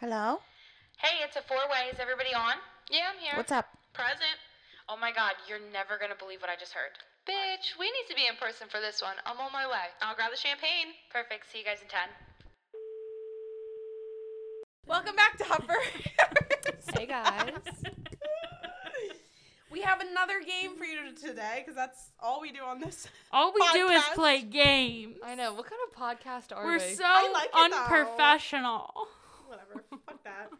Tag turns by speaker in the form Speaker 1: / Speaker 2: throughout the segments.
Speaker 1: Hello?
Speaker 2: Hey, it's a four way. Is everybody on? Yeah, I'm here.
Speaker 1: What's up?
Speaker 2: Present. Oh my god, you're never gonna believe what I just heard. Bitch, we need to be in person for this one. I'm on my way. I'll grab the champagne. Perfect. See you guys in 10.
Speaker 1: Welcome back to Hopper.
Speaker 3: Hey guys.
Speaker 1: we have another game for you today because that's all we do on this.
Speaker 4: All we do is
Speaker 1: Podcast.
Speaker 4: play games.
Speaker 3: I know. What kind of podcast are
Speaker 4: We're
Speaker 3: we?
Speaker 4: so
Speaker 1: I like it, though.
Speaker 4: unprofessional.
Speaker 1: Whatever. Fuck that.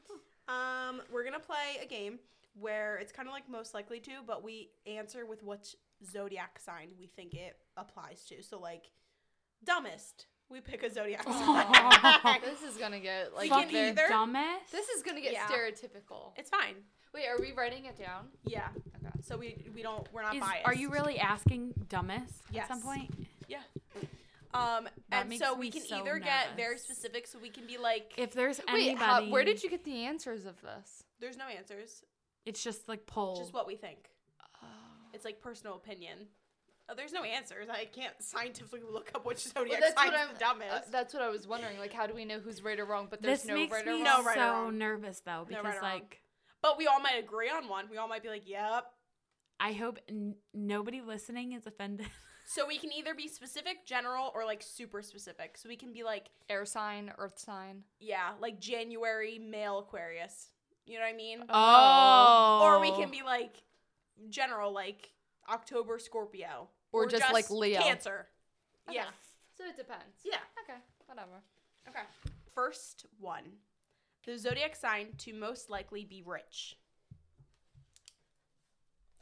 Speaker 1: Um, we're going to play a game where it's kind of like most likely to, but we answer with which zodiac sign we think it applies to. So, like, dumbest, we pick a zodiac sign.
Speaker 4: Aw.
Speaker 3: this is gonna get like
Speaker 1: can
Speaker 4: Fucking
Speaker 3: very-
Speaker 1: either.
Speaker 4: dumbass.
Speaker 3: This is gonna get
Speaker 1: Yeah.
Speaker 3: stereotypical.
Speaker 1: it's fine.
Speaker 3: Wait, are we writing it down?
Speaker 1: Yeah.
Speaker 3: Okay.
Speaker 1: So, we, we don't, we're not
Speaker 4: Is-
Speaker 1: biased.
Speaker 4: Are you really asking dumbest
Speaker 1: Yes.
Speaker 4: at some point?
Speaker 1: Um,
Speaker 4: That
Speaker 1: and
Speaker 4: makes
Speaker 1: so
Speaker 4: me
Speaker 1: we can
Speaker 4: so
Speaker 1: either get
Speaker 4: nervous.
Speaker 1: very specific, so we can be like,
Speaker 4: If there's anybody,
Speaker 3: Wait, how, where did you get the answers of this?
Speaker 1: there's no answers,
Speaker 4: It's just like poll.
Speaker 1: just what we think.
Speaker 3: Oh.
Speaker 1: It's like personal opinion. Oh, there's no answers. I can't scientifically look up which
Speaker 3: Well,
Speaker 1: zodiac
Speaker 3: that's
Speaker 1: sign's
Speaker 3: what I'm.
Speaker 1: the dumbest.
Speaker 3: uh, that's what I was wondering. Like, how do we know who's right or wrong? But there's
Speaker 4: this
Speaker 3: no
Speaker 4: makes
Speaker 3: right or
Speaker 4: me
Speaker 3: wrong.
Speaker 1: No right or
Speaker 4: so
Speaker 1: wrong.
Speaker 4: nervous though
Speaker 1: No
Speaker 4: because
Speaker 1: right or wrong.
Speaker 4: like
Speaker 1: but we all might agree on one. We all might be like, yep.
Speaker 4: I hope n- nobody listening is offended.
Speaker 1: So we can either be specific, general, or like super specific. So we can be like,
Speaker 3: Air sign, earth sign.
Speaker 1: yeah, like January male Aquarius. You know what I mean?
Speaker 4: Oh.
Speaker 1: Or we can be like general, like October Scorpio.
Speaker 3: Or just, like, Leo.
Speaker 1: Cancer. Yeah.
Speaker 3: Okay. So it depends.
Speaker 1: Yeah.
Speaker 3: Okay. Whatever.
Speaker 1: Okay. First one. The zodiac sign to most likely be rich.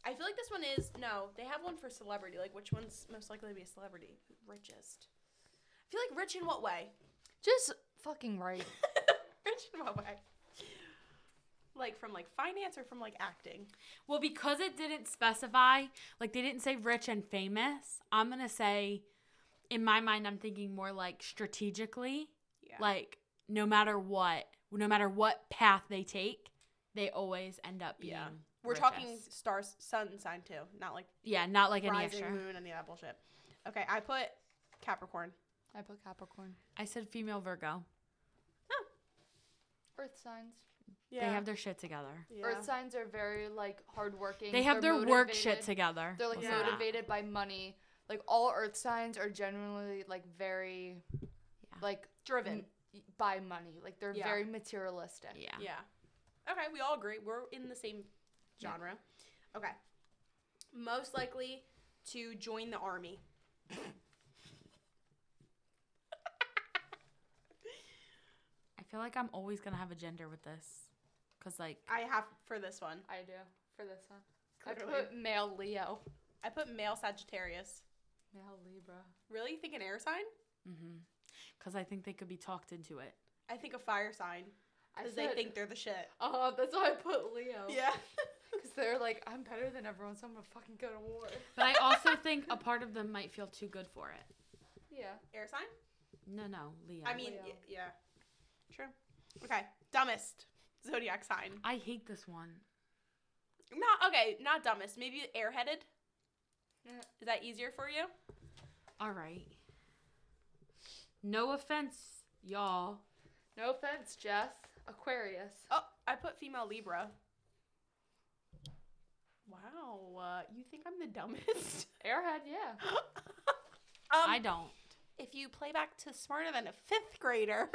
Speaker 1: I feel like this one is no, they have one for celebrity. Like which one's most likely to be a celebrity? Richest. I feel like rich in what way?
Speaker 3: Just fucking right.
Speaker 1: rich in what way? Like from like finance or from like acting?
Speaker 4: Well, because it didn't specify, like they didn't say rich and famous, I'm going to say, in my mind, I'm thinking more like strategically,
Speaker 1: Yeah.
Speaker 4: like no matter what, no matter what path they take, they always end up being.
Speaker 1: Yeah.
Speaker 4: Yeah.
Speaker 1: We're talking
Speaker 4: richest.
Speaker 1: stars sun sign too, not like
Speaker 4: Yeah, not like any
Speaker 1: rising
Speaker 4: extra.
Speaker 1: moon and the that bullshit. Okay, I put Capricorn.
Speaker 3: I put Capricorn.
Speaker 4: I said female Virgo.
Speaker 3: Earth signs.
Speaker 1: Yeah.
Speaker 4: They have their shit together.
Speaker 1: yeah.
Speaker 3: Earth signs are very like hardworking.
Speaker 4: They have
Speaker 3: They're
Speaker 4: their work
Speaker 3: motivated.
Speaker 4: shit together.
Speaker 3: They're like
Speaker 4: We'll say that.
Speaker 3: motivated by money. Like all Earth signs are generally like very, like
Speaker 1: driven.
Speaker 3: m- by money. Like they're
Speaker 1: Yeah.
Speaker 3: very materialistic.
Speaker 4: Yeah.
Speaker 1: Yeah. Okay, we all agree. We're in the same
Speaker 3: Yeah.
Speaker 1: genre. Okay. Most likely to join the army.
Speaker 4: I feel like I'm always going to have a gender with this. Because, like,
Speaker 1: I have for this one.
Speaker 3: I do for this one. I
Speaker 1: Clearly.
Speaker 3: put male Leo,
Speaker 1: I put male Sagittarius.
Speaker 3: male Libra.
Speaker 1: Really? You think an air sign?
Speaker 4: because mm-hmm. I think they could be talked into it.
Speaker 1: I think a fire sign
Speaker 3: I
Speaker 1: because they
Speaker 3: said-
Speaker 1: think they're the shit.
Speaker 3: Oh, that's why I put Leo.
Speaker 1: Yeah.
Speaker 3: Because they're like, I'm better than everyone, so I'm gonna fucking go to war.
Speaker 4: But I also think a part of them might feel too good for it.
Speaker 3: Yeah.
Speaker 1: air sign?
Speaker 4: No, no, Leo.
Speaker 1: I mean,
Speaker 3: Leo.
Speaker 1: y- yeah. True. Okay. Dumbest zodiac sign.
Speaker 4: I hate this one.
Speaker 1: Not okay. Not dumbest. Maybe airheaded.
Speaker 3: Yeah.
Speaker 1: Is that easier for you?
Speaker 4: All right. No offense, y'all.
Speaker 3: No offense, Jess. Aquarius.
Speaker 1: Oh, I put female Libra. Wow, uh, you think I'm the dumbest?
Speaker 3: Airhead. Yeah.
Speaker 1: um,
Speaker 4: I don't.
Speaker 1: if you play back to smarter than a fifth grader.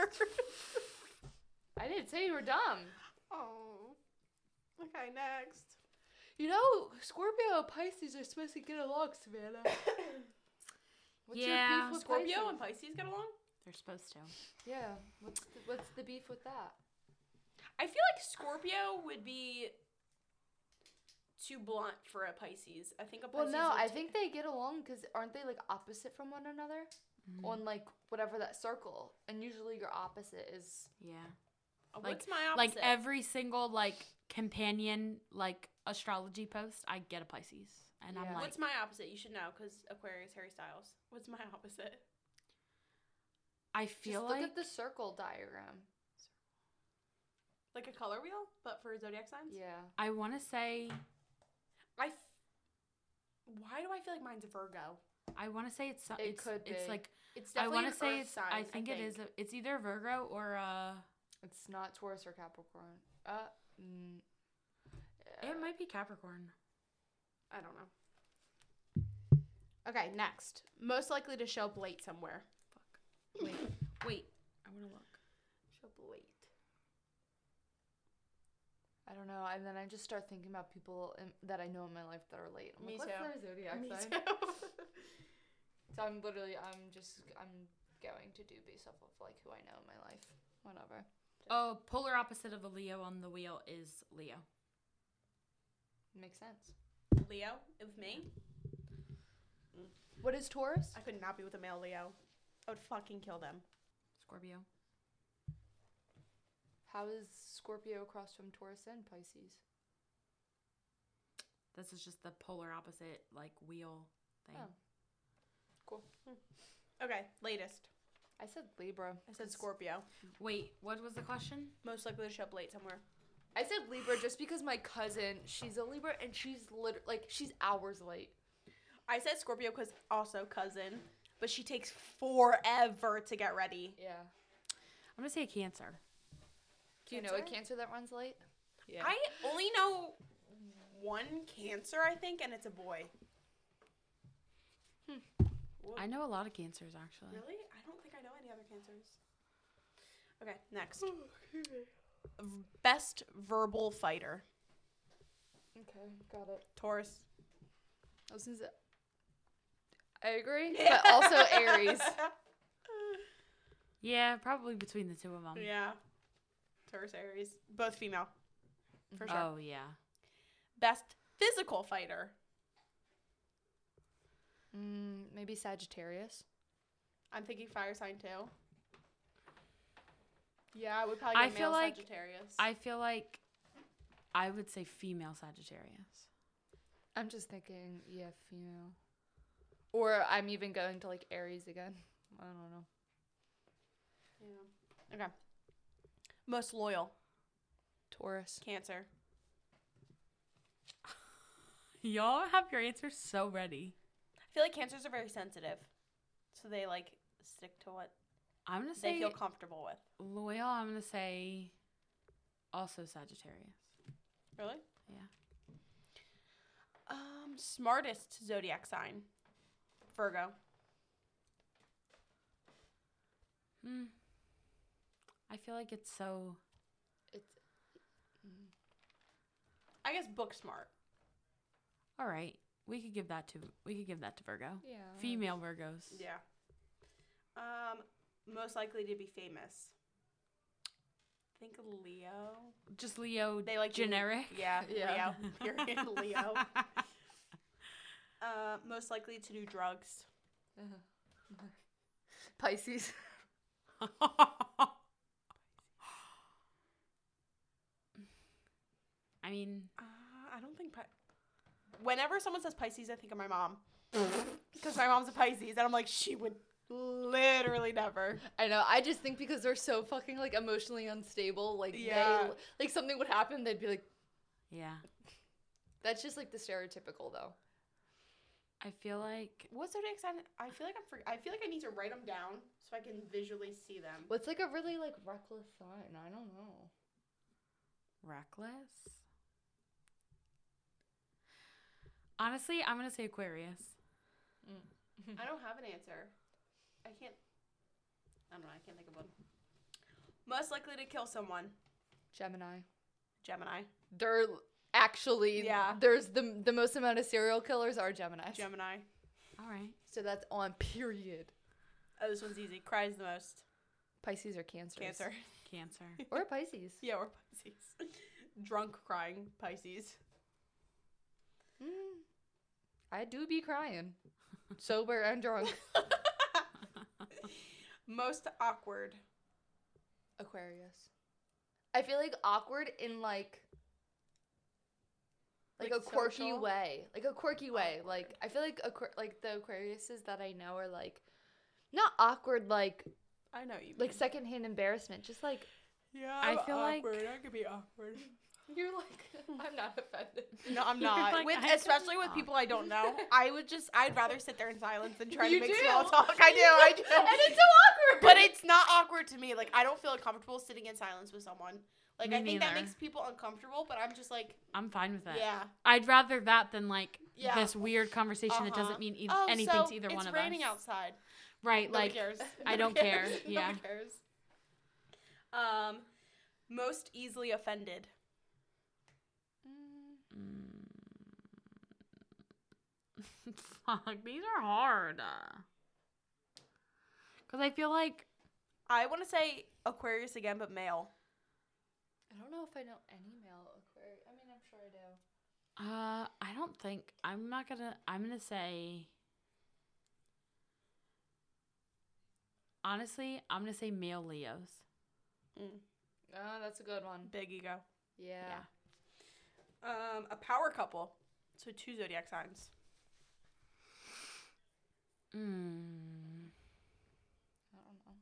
Speaker 3: I didn't say you were dumb.
Speaker 1: oh. Okay, next.
Speaker 3: You know, Scorpio and Pisces are supposed to get along, Savannah. What's
Speaker 4: Yeah.
Speaker 3: your beef with
Speaker 1: Scorpio
Speaker 3: Pisces?
Speaker 1: and Pisces get along?
Speaker 4: They're supposed to.
Speaker 3: Yeah. What's the, what's the beef with that?
Speaker 1: I feel like Scorpio would be too blunt for a Pisces. I think a
Speaker 3: Well,
Speaker 1: Pisces.
Speaker 3: no,
Speaker 1: would
Speaker 3: I
Speaker 1: t-
Speaker 3: think they get along because aren't they like opposite from one another on like whatever that circle? And usually your opposite is.
Speaker 4: Yeah.
Speaker 1: What's my opposite?
Speaker 4: Like every single like companion like astrology post, I get a Pisces, and I'm
Speaker 3: Yeah.
Speaker 4: like,
Speaker 1: What's my opposite? You should know because Aquarius, Harry Styles. What's my opposite?
Speaker 4: I
Speaker 3: Just
Speaker 4: feel
Speaker 3: look
Speaker 4: like
Speaker 3: at the circle diagram.
Speaker 1: Like a color wheel, but for zodiac signs.
Speaker 3: Yeah.
Speaker 4: I want to say
Speaker 1: I. F- Why do I feel like mine's a Virgo?
Speaker 4: I want to say it's some,
Speaker 3: It
Speaker 4: it's,
Speaker 3: could
Speaker 4: it's
Speaker 3: be.
Speaker 4: like
Speaker 1: It's
Speaker 4: I
Speaker 1: definitely
Speaker 4: want
Speaker 1: an
Speaker 4: to say
Speaker 1: Earth
Speaker 4: it's
Speaker 1: sign,
Speaker 4: I think it is a, it's either Virgo or uh
Speaker 3: It's not Taurus or Capricorn. Uh, mm, Uh, yeah.
Speaker 4: It might be Capricorn.
Speaker 1: I don't know. Okay, next. Most likely to show blate somewhere.
Speaker 4: Wait, wait. I want to look.
Speaker 1: Show blate.
Speaker 3: I don't know. And then I just start thinking about people in, that I know in my life that are late. I'm
Speaker 1: Me
Speaker 3: like,
Speaker 1: too.
Speaker 3: what's their zodiac
Speaker 1: Me
Speaker 3: sign?
Speaker 1: too.
Speaker 3: So I'm literally, I'm just, I'm going to do based off of like who I know in my life. Whatever.
Speaker 4: Oh, polar opposite of a Leo on the wheel is Leo.
Speaker 3: Makes sense.
Speaker 1: Leo of me.
Speaker 3: What is Taurus?
Speaker 1: I could not be with a male Leo. I would fucking kill them.
Speaker 4: Scorpio.
Speaker 3: How is Scorpio across from Taurus and Pisces?
Speaker 4: This is just the polar opposite like wheel thing.
Speaker 3: Oh.
Speaker 1: Okay, latest.
Speaker 3: I said Libra.
Speaker 1: I said Scorpio.
Speaker 4: Wait, what was the question?
Speaker 1: Most likely to show up late somewhere.
Speaker 3: I said Libra just because my cousin, she's a Libra and she's lit- like she's hours late.
Speaker 1: I said Scorpio because also cousin, but she takes forever to get ready.
Speaker 3: Yeah.
Speaker 4: I'm gonna say Cancer.
Speaker 3: Do you know a
Speaker 1: Cancer?
Speaker 3: Cancer that runs late? Yeah.
Speaker 1: I only know one Cancer, I think, and it's a boy. Whoa.
Speaker 4: I know a lot of Cancers actually.
Speaker 1: Really? I don't think I know any other Cancers. Okay, next. V- Best verbal fighter.
Speaker 3: okay, got it.
Speaker 1: Taurus.
Speaker 3: I was gonna say, I agree, but also Aries.
Speaker 4: Um, Yeah, probably between the two of them.
Speaker 1: yeah. Taurus, Aries. Both female. For sure.
Speaker 4: Oh yeah.
Speaker 1: Best physical fighter.
Speaker 3: Mm, maybe Sagittarius.
Speaker 1: I'm thinking fire sign too. Yeah, I would probably
Speaker 4: I
Speaker 1: go
Speaker 4: feel
Speaker 1: male
Speaker 4: like
Speaker 1: Sagittarius.
Speaker 4: I feel like I would say female Sagittarius.
Speaker 3: I'm just thinking, yeah, female. Or I'm even going to like Aries again. I don't know.
Speaker 1: yeah. Okay. Most loyal.
Speaker 3: Taurus.
Speaker 1: Cancer.
Speaker 4: Y'all have your answers so ready.
Speaker 1: I feel like cancers are very sensitive. So they like stick to what
Speaker 4: I'm gonna say
Speaker 1: they feel comfortable with.
Speaker 4: loyal. I'm gonna say also Sagittarius.
Speaker 1: Really?
Speaker 4: Yeah.
Speaker 1: Um, smartest zodiac sign. Virgo.
Speaker 4: Hmm. I feel like it's so.
Speaker 3: It's
Speaker 1: I guess book smart.
Speaker 4: All right, we could give that to we could give that to Virgo.
Speaker 3: yeah.
Speaker 4: Female Virgos.
Speaker 1: Yeah. Um, most likely to be famous. I think Leo.
Speaker 4: Just Leo.
Speaker 1: They like
Speaker 4: generic.
Speaker 1: Yeah,
Speaker 3: Yeah.
Speaker 1: Leo. Period. Leo. Uh, most likely to do drugs.
Speaker 3: Uh-huh. Pisces.
Speaker 4: I mean,
Speaker 1: Uh, I don't think. Pi- Whenever someone says Pisces, I think of my mom, because my mom's a Pisces, and I'm like, she would literally never.
Speaker 3: I know. I just think because they're so fucking like emotionally unstable, like
Speaker 1: Yeah.
Speaker 3: they like something would happen, they'd be like,
Speaker 4: yeah.
Speaker 3: that's just like the stereotypical though.
Speaker 4: I feel like
Speaker 1: What zodiac sign? I feel like I'm. For- I feel like I need to write them down so I can visually see them.
Speaker 3: What's like a really like reckless sign? I don't know.
Speaker 4: reckless. Honestly, I'm gonna say Aquarius.
Speaker 1: I don't have an answer. I can't. I don't know. I can't think of one. Most likely to kill someone.
Speaker 3: Gemini.
Speaker 1: Gemini.
Speaker 3: They're actually
Speaker 1: Yeah.
Speaker 3: There's the the most amount of serial killers are Geminis.
Speaker 1: Gemini.
Speaker 4: All right.
Speaker 3: so that's on period.
Speaker 1: Oh, this one's easy. Cries the most.
Speaker 3: Pisces or Cancer.
Speaker 1: Cancer.
Speaker 4: Cancer.
Speaker 3: Or Pisces.
Speaker 1: Yeah, or Pisces. Drunk crying Pisces.
Speaker 3: Mm. I do be crying, sober and drunk.
Speaker 1: Most awkward.
Speaker 3: Aquarius. I feel like awkward in like like,
Speaker 1: Like
Speaker 3: a quirky
Speaker 1: social?
Speaker 3: way, like a quirky way. Like I feel like aqu- like the Aquariuses that I know are like not awkward, like
Speaker 1: I know you.
Speaker 3: like secondhand embarrassment, just like
Speaker 1: yeah,
Speaker 4: I I'm feel like- awkward.
Speaker 1: I could be awkward.
Speaker 3: you're like I'm not offended.
Speaker 1: No, I'm
Speaker 4: You're
Speaker 1: not.
Speaker 4: like,
Speaker 1: with,
Speaker 4: I could be
Speaker 1: especially with
Speaker 4: awkward.
Speaker 1: people I don't know, I would just. I'd rather sit there in silence than try
Speaker 3: You
Speaker 1: to make
Speaker 3: do.
Speaker 1: small talk. I do. I do.
Speaker 3: and it's so awkward.
Speaker 1: But but it's not awkward to me. Like I don't feel comfortable sitting in silence with someone. Like
Speaker 4: Me
Speaker 1: I think that
Speaker 4: neither.
Speaker 1: makes people uncomfortable, but I'm just like,
Speaker 4: I'm fine with it.
Speaker 1: yeah.
Speaker 4: I'd rather that than like
Speaker 1: Yeah.
Speaker 4: this weird conversation that
Speaker 1: Uh-huh.
Speaker 4: doesn't mean e-
Speaker 1: Oh,
Speaker 4: anything
Speaker 1: so
Speaker 4: to either
Speaker 1: it's
Speaker 4: one of
Speaker 1: raining
Speaker 4: us.
Speaker 1: outside.
Speaker 4: Right,
Speaker 1: Nobody
Speaker 4: like
Speaker 1: cares.
Speaker 4: I
Speaker 1: Nobody
Speaker 4: don't
Speaker 1: cares.
Speaker 4: care.
Speaker 1: Nobody
Speaker 4: Yeah.
Speaker 1: cares. Um, most easily offended.
Speaker 3: Mm,
Speaker 4: fuck, these are hard. Cuz I feel like
Speaker 1: I want to say Aquarius again, but male.
Speaker 3: I don't know if I know any male Aquarius. I mean, I'm sure I do.
Speaker 4: uh I don't think I'm not going to I'm going to say Honestly, I'm going to say male Leos.
Speaker 3: Oh, that's a good one.
Speaker 1: Big ego.
Speaker 3: Yeah.
Speaker 1: Um, a power couple. So two zodiac signs.
Speaker 4: Mm.
Speaker 3: I don't know.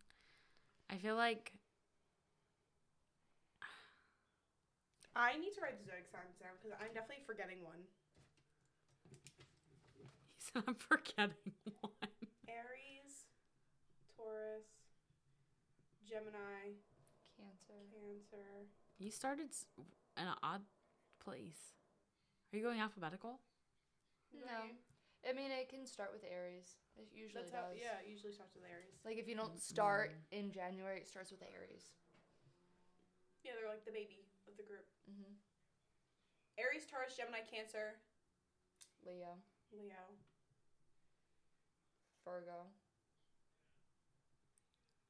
Speaker 4: I feel like
Speaker 1: I need to write the zodiac signs down because I'm definitely forgetting one.
Speaker 4: he's not forgetting one.
Speaker 1: Aries, Taurus, Gemini,
Speaker 3: Cancer.
Speaker 1: Cancer.
Speaker 4: You started s- in an odd place. Are you going alphabetical?
Speaker 3: No. I mean, it can start with Aries. It usually
Speaker 1: That's
Speaker 3: does.
Speaker 1: how, yeah, it usually starts with Aries.
Speaker 3: Like if you don't
Speaker 4: Mm-hmm.
Speaker 3: start in January, it starts with Aries.
Speaker 1: Yeah, they're like the baby of the group.
Speaker 3: hmm
Speaker 1: Aries, Taurus, Gemini, Cancer,
Speaker 3: Leo,
Speaker 1: Leo.
Speaker 3: Virgo.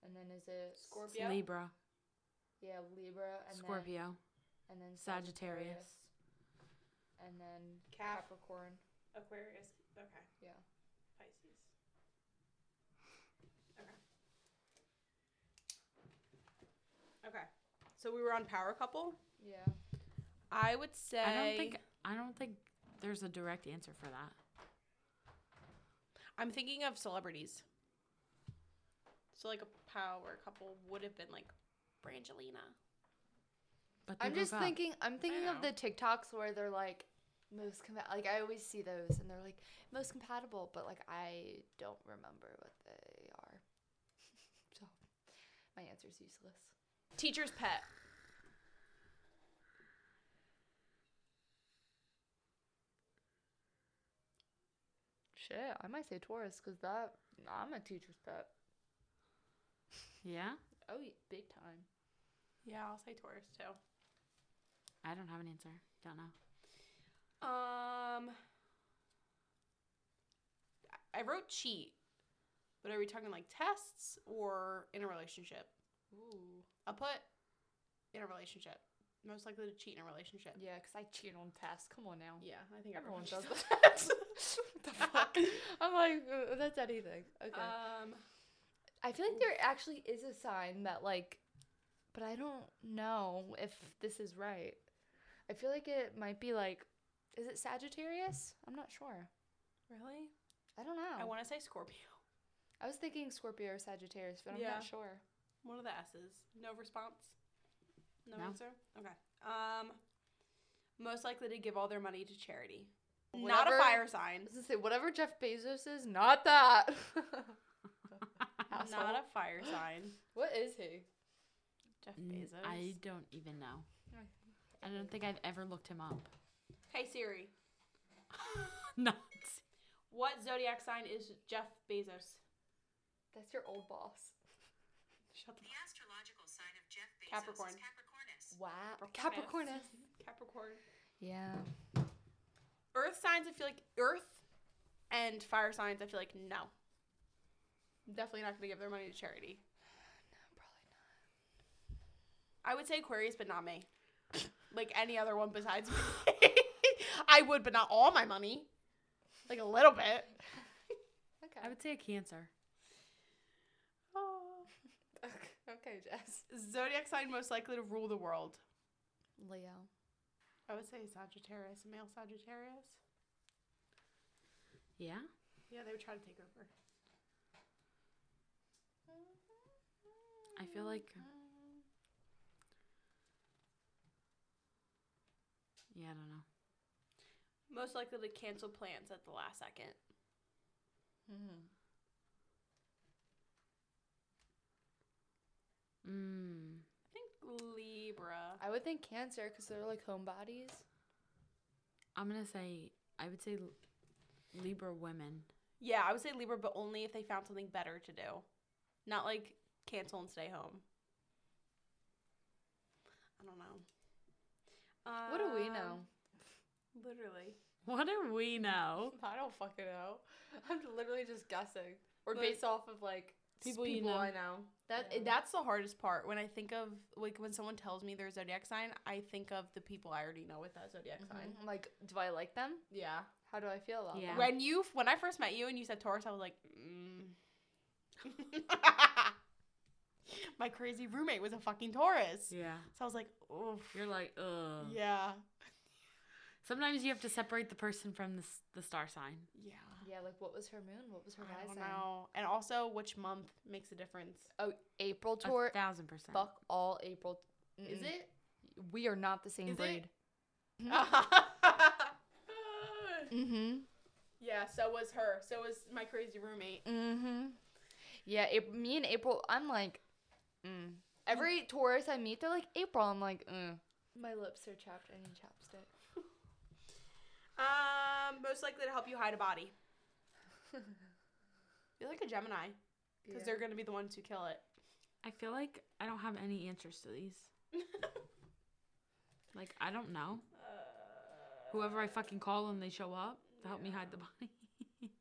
Speaker 3: And then is it
Speaker 1: Scorpio.
Speaker 4: It's Libra,
Speaker 3: Yeah, Libra and
Speaker 4: Scorpio.
Speaker 3: Then, and then
Speaker 4: Sagittarius.
Speaker 3: Sagittarius. And then
Speaker 1: Cap.
Speaker 3: Capricorn.
Speaker 1: Aquarius. Okay.
Speaker 3: Yeah.
Speaker 1: Pisces. Okay. Okay. So we were on power couple.
Speaker 3: Yeah.
Speaker 1: I would say
Speaker 4: I don't think I don't think there's a direct answer for that.
Speaker 1: I'm thinking of celebrities. So like a power couple would have been like Brangelina.
Speaker 4: But they
Speaker 3: I'm just
Speaker 4: broke up.
Speaker 3: thinking. I'm thinking of
Speaker 1: know.
Speaker 3: the TikToks where they're like most compa- like I always see those and they're like most compatible, but like I don't remember what they are. so my answer's useless.
Speaker 1: Teacher's pet.
Speaker 3: Shit, I might say Taurus because that I'm a teacher's pet.
Speaker 4: Yeah,
Speaker 3: Oh, yeah, big time.
Speaker 1: Yeah, I'll say Taurus too.
Speaker 4: I don't have an answer. Don't know.
Speaker 1: Um I- I wrote cheat. But are we talking like tests or in a relationship?
Speaker 3: Ooh.
Speaker 1: I'll put in a relationship. Most likely to cheat in a relationship.
Speaker 3: Yeah, because I cheat on tests. Come on now.
Speaker 1: Yeah, I think
Speaker 3: Everyone
Speaker 1: everyone,
Speaker 3: does
Speaker 1: does.
Speaker 3: that. What the fuck? I'm like, uh, that's anything. Okay.
Speaker 1: Um,
Speaker 3: I feel like there actually is a sign that like, but I don't know if this is right. I feel like it might be like, is it Sagittarius? I'm not sure.
Speaker 1: really? Oh.
Speaker 3: I don't know.
Speaker 1: I want to say Scorpio.
Speaker 3: I was thinking Scorpio or Sagittarius, but I'm
Speaker 1: Yeah.
Speaker 3: not sure.
Speaker 1: One of the S's. No response. No,
Speaker 4: No.
Speaker 1: answer. Okay. Um, most likely to give all their money to charity. Not
Speaker 3: Whatever-
Speaker 1: a fire
Speaker 3: I
Speaker 1: sign.
Speaker 3: was gonna say whatever Jeff Bezos is, not that. Asshole.
Speaker 1: Not a fire sign.
Speaker 3: what is he?
Speaker 1: Jeff
Speaker 4: N-
Speaker 1: Bezos.
Speaker 4: Mm, I don't even know. I don't think I've ever looked him up.
Speaker 1: Hey Siri,
Speaker 4: Nuts.
Speaker 1: what zodiac sign is Jeff Bezos?
Speaker 3: That's your old boss.
Speaker 1: Shut the
Speaker 5: The astrological sign of Jeff Bezos
Speaker 1: Capricorn.
Speaker 5: is Capricornus.
Speaker 3: Wow.
Speaker 1: Capricornus.
Speaker 3: Capricornus.
Speaker 1: Capricorn.
Speaker 3: Yeah.
Speaker 1: Earth signs. I feel like Earth and fire signs. I feel like no. Definitely not going to give their money to charity.
Speaker 3: Probably not.
Speaker 1: I would say Aquarius, but not me. Like any other one besides me. I would, but not all my money. Like a little bit.
Speaker 3: Okay.
Speaker 4: I would say a Cancer.
Speaker 3: okay, Jess.
Speaker 1: Ah. Zodiac sign most likely to rule the world.
Speaker 3: Leo.
Speaker 1: I would say Sagittarius, male Sagittarius.
Speaker 4: Yeah.
Speaker 1: Yeah, they would try to take over.
Speaker 4: I feel like. Yeah, I don't know.
Speaker 1: Most likely to cancel plans at the last second.
Speaker 3: Mm-hmm.
Speaker 4: Mm,
Speaker 3: would think Cancer because they're like homebodies.
Speaker 4: I'm gonna say I would say Libra women.
Speaker 1: Yeah, I would say Libra, but only if they found something better to do. Not like cancel and stay home. I don't know.
Speaker 3: what do we
Speaker 1: Um,
Speaker 3: know?
Speaker 1: Literally.
Speaker 4: What do we know?
Speaker 3: I don't fucking know. I'm literally just guessing, or
Speaker 1: Like,
Speaker 3: based off of like
Speaker 4: people you know.
Speaker 3: I know.
Speaker 1: That that's the hardest part. When I think of like when someone tells me their zodiac sign, I think of the people I already know with that zodiac sign.
Speaker 3: I'm like, do I like them?
Speaker 1: Yeah.
Speaker 3: How do I feel about
Speaker 4: Yeah.
Speaker 3: them?
Speaker 1: When you when I first met you and you said Taurus, I was like, mm. my crazy roommate was a fucking Taurus,
Speaker 4: Yeah.
Speaker 1: so I was like, oof.
Speaker 4: You're like, ugh.
Speaker 1: Yeah.
Speaker 4: Sometimes you have to separate the person from the, s- the star sign.
Speaker 1: Yeah.
Speaker 3: Yeah, like what was her moon? What was her
Speaker 1: I don't
Speaker 3: rising?
Speaker 1: know. And also, which month makes a difference?
Speaker 3: Oh, April
Speaker 4: A
Speaker 3: tour.
Speaker 4: thousand percent.
Speaker 3: Fuck all April.
Speaker 1: Is
Speaker 3: Mm-mm.
Speaker 1: it?
Speaker 3: We are not the same
Speaker 1: Is it?
Speaker 3: breed. Ah. Mm-hmm.
Speaker 1: yeah. So was her. So was my crazy roommate.
Speaker 3: Mm-hmm. Yeah, April, me and April. I'm like, mm. every Taurus I meet, they're like April. I'm like, mm. My lips are chapped. I need chapstick.
Speaker 1: Um, most likely to help you hide a body. You're like a Gemini because they're gonna be the ones who kill it.
Speaker 4: I feel like I don't have any answers to these. Like I don't know. Whoever I fucking call and they show up to help me hide the body.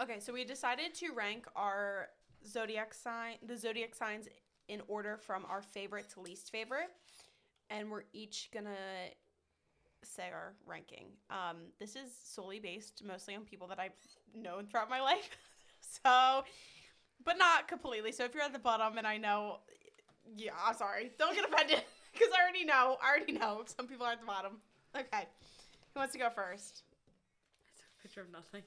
Speaker 1: Okay, so we decided to rank our zodiac sign, the zodiac signs in order from our favorite to least favorite, and we're each gonna say our ranking. Um, this is solely based mostly on people that I've known throughout my life, so, but not completely. So if you're at the bottom and I know, yeah, I'm sorry, don't get offended because I already know, I already know some people are at the bottom. Okay, who wants to go first?
Speaker 4: I took a picture of nothing.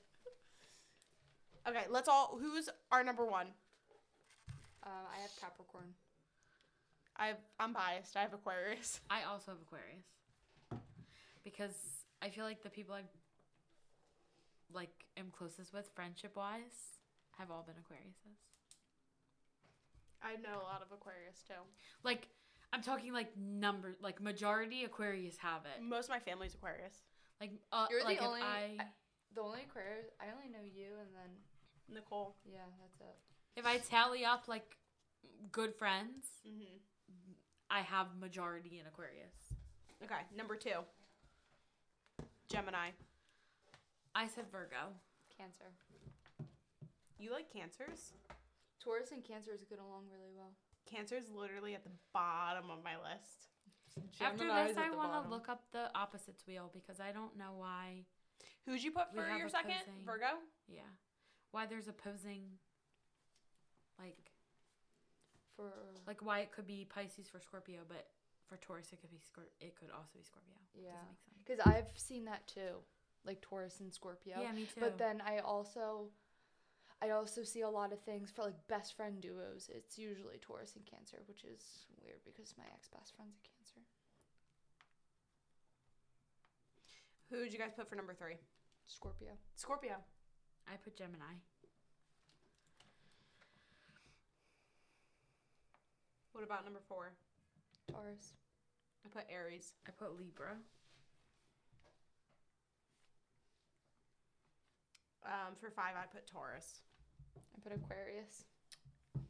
Speaker 1: Okay, let's all. Who's our number one?
Speaker 3: Um, I have Capricorn.
Speaker 1: I've, I'm biased. I have Aquarius.
Speaker 4: I also have Aquarius. Because I feel like the people I like am closest with friendship wise have all been Aquariuses.
Speaker 1: I know a lot of Aquarius too.
Speaker 4: Like I'm talking like number like majority Aquarius have it.
Speaker 1: Most of my family's Aquarius.
Speaker 4: Like uh,
Speaker 3: You're the
Speaker 4: like if
Speaker 3: only-
Speaker 4: I
Speaker 3: The only Aquarius I only know you, and then
Speaker 1: Nicole.
Speaker 3: yeah, that's it.
Speaker 4: if I tally up like good friends,
Speaker 1: Mm-hmm.
Speaker 4: I have majority in Aquarius.
Speaker 1: Okay, number two. Gemini.
Speaker 4: I said Virgo.
Speaker 3: Cancer.
Speaker 1: You like Cancers?
Speaker 3: Taurus and Cancer is get along really well.
Speaker 1: Cancer's literally at the bottom of my list.
Speaker 4: After this, I want to look up the opposites wheel because I don't know why.
Speaker 1: Who'd you put
Speaker 4: We
Speaker 1: for
Speaker 4: have
Speaker 1: your second?
Speaker 4: opposing.
Speaker 1: Virgo?
Speaker 4: Yeah, why there's opposing. Like,
Speaker 3: for.
Speaker 4: like why it could be Pisces for Scorpio, but for Taurus it could be Scor- It could also be Scorpio.
Speaker 3: Yeah.
Speaker 4: Doesn't make sense.
Speaker 3: Because I've seen that too, like Taurus and Scorpio.
Speaker 4: Yeah, me too.
Speaker 3: But then I also, I also see a lot of things for like best friend duos. It's usually Taurus and Cancer, which is weird because my ex best friend's a Cancer.
Speaker 1: Who'd you guys put for number three?
Speaker 3: Scorpio.
Speaker 1: Scorpio.
Speaker 4: I put Gemini.
Speaker 1: What about number four?
Speaker 3: Taurus.
Speaker 1: I put Aries.
Speaker 4: I put Libra.
Speaker 1: Um, for five, I put Taurus.
Speaker 3: I put Aquarius.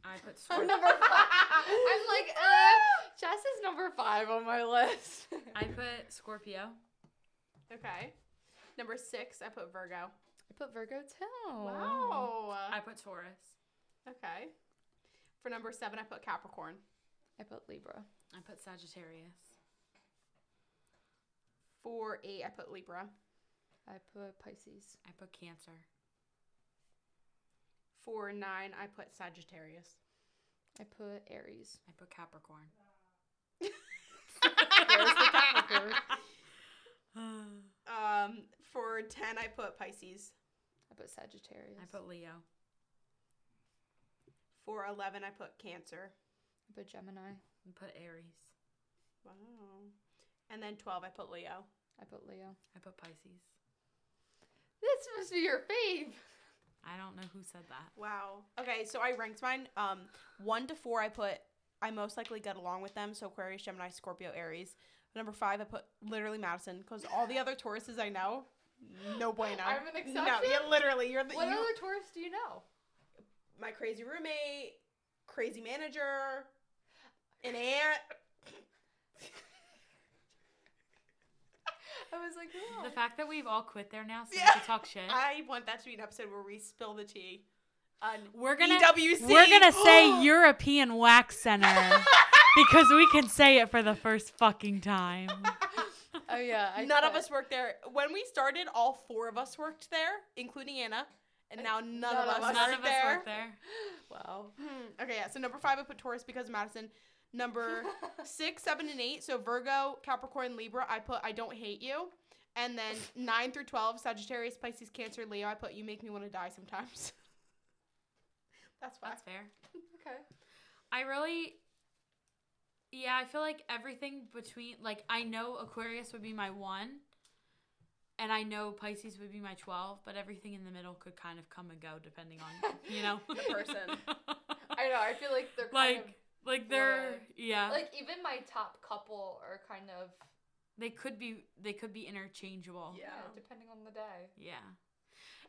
Speaker 4: I put
Speaker 3: For
Speaker 4: Scorpio.
Speaker 3: number five. I'm like, uh, Jess is number five on my list.
Speaker 4: I put Scorpio.
Speaker 1: Okay. Number six, I put Virgo.
Speaker 3: I put Virgo too.
Speaker 4: Oh.
Speaker 1: Wow.
Speaker 4: I put Taurus.
Speaker 1: Okay. For number seven, I put Capricorn.
Speaker 3: I put Libra.
Speaker 4: I put Sagittarius.
Speaker 1: For eight, I put Libra.
Speaker 3: I put Pisces.
Speaker 4: I put Cancer.
Speaker 1: For nine, I put Sagittarius.
Speaker 3: I put Aries.
Speaker 4: I put Capricorn.
Speaker 3: There's the Capricorn.
Speaker 4: I
Speaker 1: Um, for ten, I put Pisces.
Speaker 3: I put Sagittarius.
Speaker 4: put Leo.
Speaker 1: For eleven, I put Cancer.
Speaker 3: I put Gemini.
Speaker 4: I put Aries.
Speaker 1: Wow. And then twelve, I put Leo.
Speaker 3: I put Leo.
Speaker 4: I put Pisces.
Speaker 3: This must be your fave.
Speaker 4: I don't know who said that.
Speaker 1: Wow. Okay, so I ranked mine. Um, one to four, I put I most likely get along with them. So Aquarius, Gemini, Scorpio, Aries. Number five, I put literally Madison because all the other Tauruses I know, no bueno.
Speaker 3: I'm an
Speaker 1: No,
Speaker 3: exception?
Speaker 1: yeah, literally, you're the
Speaker 3: What
Speaker 1: you-
Speaker 3: other Taurus do you know?
Speaker 1: my crazy roommate, crazy manager, an aunt.
Speaker 3: I was like, oh.
Speaker 4: The fact that we've all quit there now so
Speaker 1: Yeah.
Speaker 4: we can talk shit.
Speaker 1: I want that to be an episode where we spill the tea E on
Speaker 4: we're
Speaker 3: E
Speaker 4: gonna
Speaker 1: EWC.
Speaker 4: we're gonna say European Wax Center because we can say it for the first fucking time.
Speaker 3: oh yeah. I
Speaker 1: None of
Speaker 3: quit.
Speaker 1: us worked there. When we started, all four of us worked there, including Anna. And now none, of us,
Speaker 4: None
Speaker 1: work
Speaker 4: of us
Speaker 1: there.
Speaker 4: work there.
Speaker 3: Wow.
Speaker 1: Hmm, Okay, yeah. So number five, I put Taurus because of Madison. Number six, seven, and eight. So Virgo, Capricorn, Libra. I put I don't hate you. And then nine through twelve, Sagittarius, Pisces, Cancer, Leo. I put you make me want to die sometimes. That's why.
Speaker 4: That's fair.
Speaker 3: Okay.
Speaker 4: I really, yeah, I feel like everything between, like, I know Aquarius would be my one, and I know Pisces would be my 12, but everything in the middle could kind of come and go depending on, you know,
Speaker 3: The person. I know. I feel like they're kind
Speaker 4: like, like they're,
Speaker 3: blurred.
Speaker 4: yeah,
Speaker 3: of like even my top couple are kind of
Speaker 4: they could be, they could be interchangeable.
Speaker 3: yeah, depending on the day.
Speaker 4: Yeah.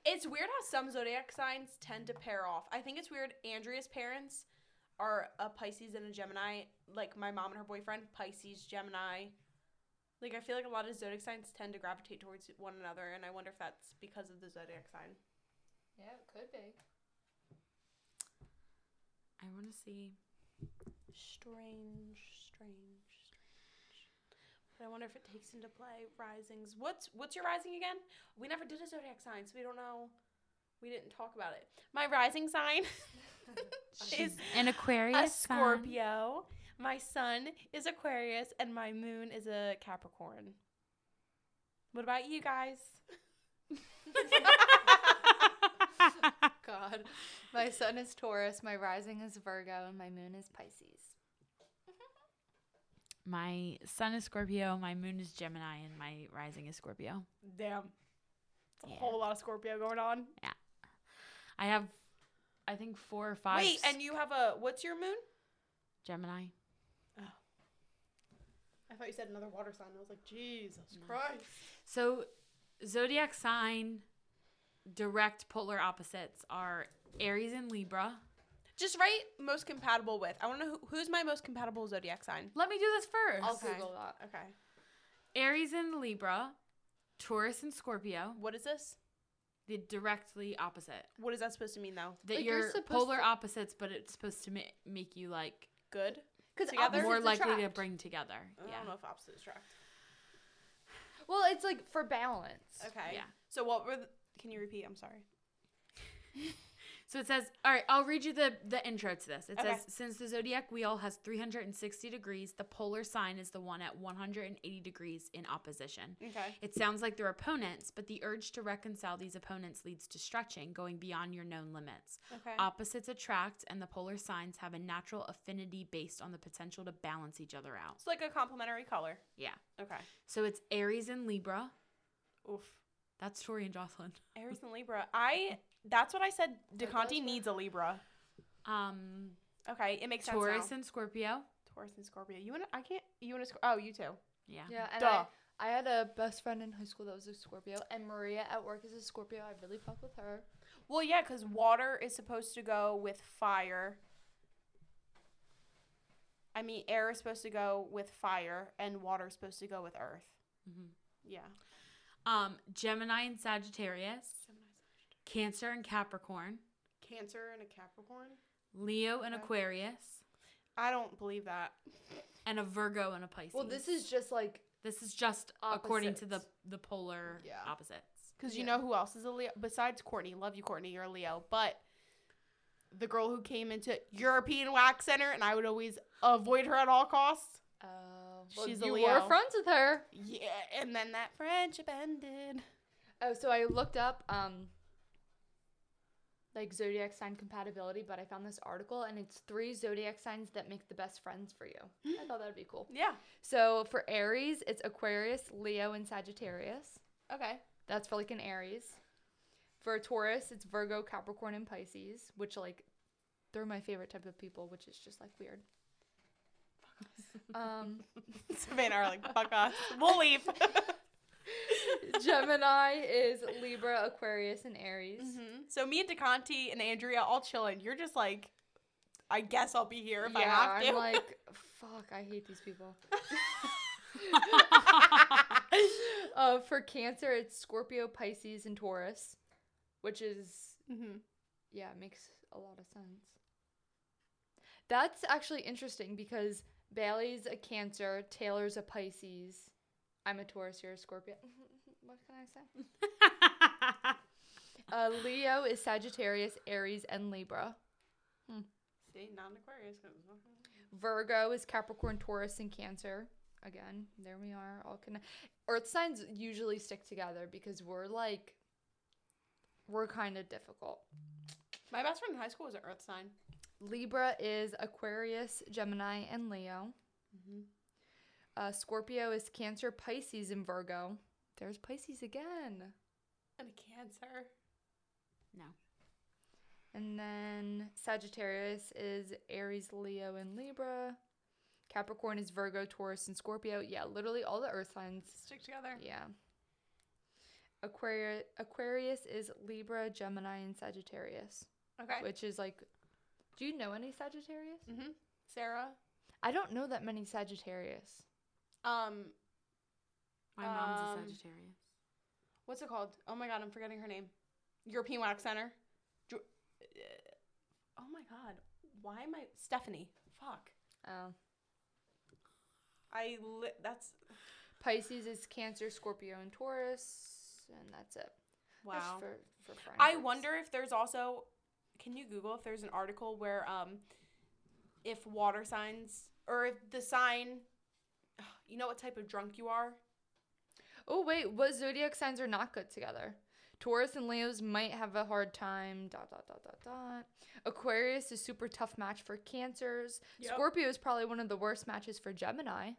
Speaker 1: It's weird how some zodiac signs tend to pair off. I think it's weird. Andrea's parents are a Pisces and a Gemini. Like my mom and her boyfriend, Pisces, Gemini. Like I feel like a lot of zodiac signs tend to gravitate towards one another, and I wonder if that's because of the zodiac sign.
Speaker 3: Yeah, it could be.
Speaker 4: I want to see.
Speaker 1: Strange, strange, strange. But I wonder if it takes into play risings. What's what's your rising again? We never did a zodiac sign, so we don't know. We didn't talk about it. My rising sign is
Speaker 4: an Aquarius.
Speaker 1: a Scorpio. My sun is Aquarius, and my moon is a Capricorn. What about you guys?
Speaker 3: God. My sun is Taurus, my rising is Virgo, and my moon is Pisces.
Speaker 4: my sun is Scorpio, my moon is Gemini, and my rising is Scorpio.
Speaker 1: Damn, it's a
Speaker 4: Yeah.
Speaker 1: whole lot of Scorpio going on.
Speaker 4: I have, I think, four or five.
Speaker 1: Wait, and you have a what's your moon?
Speaker 4: Gemini.
Speaker 1: I thought you said another water sign. I was like, Jesus Christ.
Speaker 4: So, zodiac sign direct polar opposites are Aries and Libra.
Speaker 1: Just write most compatible with. I want to know who, who's my most compatible zodiac sign.
Speaker 4: Let me do this first.
Speaker 3: I'll
Speaker 1: Okay.
Speaker 3: Google that.
Speaker 1: Okay.
Speaker 4: Aries and Libra, Taurus and Scorpio,
Speaker 1: What is this?
Speaker 4: the directly opposite.
Speaker 1: What is that supposed to mean though?
Speaker 4: That
Speaker 3: Like, you're
Speaker 4: you're,
Speaker 3: supposed
Speaker 4: polar
Speaker 3: to-
Speaker 4: opposites, but it's supposed to ma- make you like
Speaker 1: Good.
Speaker 3: Because
Speaker 1: Together?
Speaker 4: more
Speaker 1: Opposites
Speaker 4: likely to
Speaker 3: attract.
Speaker 4: bring together.
Speaker 1: I
Speaker 4: yeah.
Speaker 1: don't know if opposites attract.
Speaker 3: Well, it's like for balance.
Speaker 1: Okay.
Speaker 4: Yeah.
Speaker 1: So what were? The, can you repeat? I'm sorry.
Speaker 4: So it says, all right, I'll read you the, the intro to this. It
Speaker 1: Okay.
Speaker 4: says, since the zodiac wheel has 360 degrees, the polar sign is the one at 180 degrees in opposition.
Speaker 1: Okay.
Speaker 4: It sounds like they're opponents, but the urge to reconcile these opponents leads to stretching, going beyond your known limits.
Speaker 1: Okay.
Speaker 4: Opposites attract, and the polar signs have a natural affinity based on the potential to balance each other out.
Speaker 1: it's like a complementary color.
Speaker 4: Yeah.
Speaker 1: Okay.
Speaker 4: So it's Aries and Libra.
Speaker 1: Oof.
Speaker 4: That's Tori and Jocelyn.
Speaker 1: Aries and Libra. I. That's what I said. DeConti
Speaker 3: were-
Speaker 1: needs a Libra.
Speaker 4: Um,
Speaker 1: Okay. It makes
Speaker 4: Taurus
Speaker 1: sense now.
Speaker 4: and Scorpio.
Speaker 1: Taurus and Scorpio. You and I can't. You and a. Sc- Oh, you too.
Speaker 4: Yeah.
Speaker 3: Yeah, and
Speaker 1: Duh.
Speaker 3: I, I had a best friend in high school that was a Scorpio, and Maria at work is a Scorpio. I really fuck with her.
Speaker 1: Well, yeah, because water is supposed to go with fire. I mean, air is supposed to go with fire, and water is supposed to go with earth.
Speaker 4: Mhm.
Speaker 1: Yeah.
Speaker 4: Um, Gemini and Sagittarius. Cancer and Capricorn.
Speaker 1: Cancer and a Capricorn?
Speaker 4: Leo and
Speaker 1: Okay.
Speaker 4: Aquarius.
Speaker 1: I don't believe that.
Speaker 4: And a Virgo and a Pisces.
Speaker 3: Well, this is just like
Speaker 4: this is just according to the
Speaker 3: Opposites.
Speaker 4: the polar
Speaker 3: Yeah.
Speaker 4: opposites.
Speaker 1: Because you
Speaker 3: Yeah.
Speaker 1: know who else is a Leo? Besides Courtney. Love you, Courtney. You're a Leo. But the girl who came into European Wax Center, and I would always avoid her at all costs.
Speaker 3: uh,
Speaker 1: She's
Speaker 3: she's
Speaker 1: a
Speaker 3: you
Speaker 1: Leo.
Speaker 3: were friends with her.
Speaker 1: Yeah. And then that friendship ended.
Speaker 3: Oh, so I looked up um like zodiac sign compatibility, but I found this article and it's three zodiac signs that make the best friends for you. I thought that'd be cool.
Speaker 1: Yeah.
Speaker 3: So for Aries, it's Aquarius, Leo, and Sagittarius.
Speaker 1: Okay.
Speaker 3: That's for like an Aries. For Taurus, it's Virgo, Capricorn, and Pisces, which like they're my favorite type of people, which is just like weird. Um,
Speaker 1: Savannah are like, fuck off. We'll leave. Mm-hmm.
Speaker 3: Gemini is Libra, Aquarius, and Aries.
Speaker 1: Mhm. So me and DeConti and Andrea all chilling. You're just like, I guess I'll be here if I
Speaker 3: yeah,
Speaker 1: have to.
Speaker 3: I'm like, fuck, I hate these people. uh, for Cancer, it's Scorpio, Pisces, and Taurus, which is
Speaker 1: Mhm.
Speaker 3: yeah, it makes a lot of sense. That's actually interesting because Bailey's a Cancer, Taylor's a Pisces, I'm a Taurus, you're a Scorpio. what can I say? Uh, Leo is Sagittarius, Aries, and Libra. Hmm.
Speaker 1: See, not an Aquarius.
Speaker 3: Virgo is Capricorn, Taurus, and Cancer. Again, there we are, all connected. Earth signs usually stick together because we're like, we're kind of difficult.
Speaker 1: My best friend in high school was an Earth sign.
Speaker 3: Libra is Aquarius, Gemini, and Leo. Uh, Scorpio is Cancer, Pisces, and Virgo. There's Pisces again.
Speaker 1: And a Cancer.
Speaker 4: no.
Speaker 3: And then Sagittarius is Aries, Leo, and Libra. Capricorn is Virgo, Taurus, and Scorpio. Yeah, literally all the earth signs.
Speaker 1: Stick together.
Speaker 3: Yeah. Aquarius Aquarius is Libra, Gemini, and Sagittarius,
Speaker 1: Okay.
Speaker 3: which is like Do you know any Sagittarius?
Speaker 1: hmm Sarah.
Speaker 3: I don't know that many Sagittarius.
Speaker 1: Um,
Speaker 4: My mom's a
Speaker 1: Um,
Speaker 4: Sagittarius.
Speaker 1: what's it called? Oh my god, I'm forgetting her name. European Wax Center. Ju- uh, oh my god, why am I Stephanie? Fuck.
Speaker 3: Oh.
Speaker 1: I li- that's
Speaker 3: Pisces is Cancer, Scorpio, and Taurus, and that's it. That's
Speaker 1: wow.
Speaker 3: for, for friend
Speaker 1: I
Speaker 3: groups.
Speaker 1: wonder if there's also can you Google if there's an article where um if water signs or if the sign you know what type of drunk you are?
Speaker 3: Oh wait, what zodiac signs are not good together? Taurus and Leos might have a hard time. Dot dot dot dot dot. Aquarius is super tough match for Cancers.
Speaker 1: Yep.
Speaker 3: Scorpio is probably one of the worst matches for Gemini.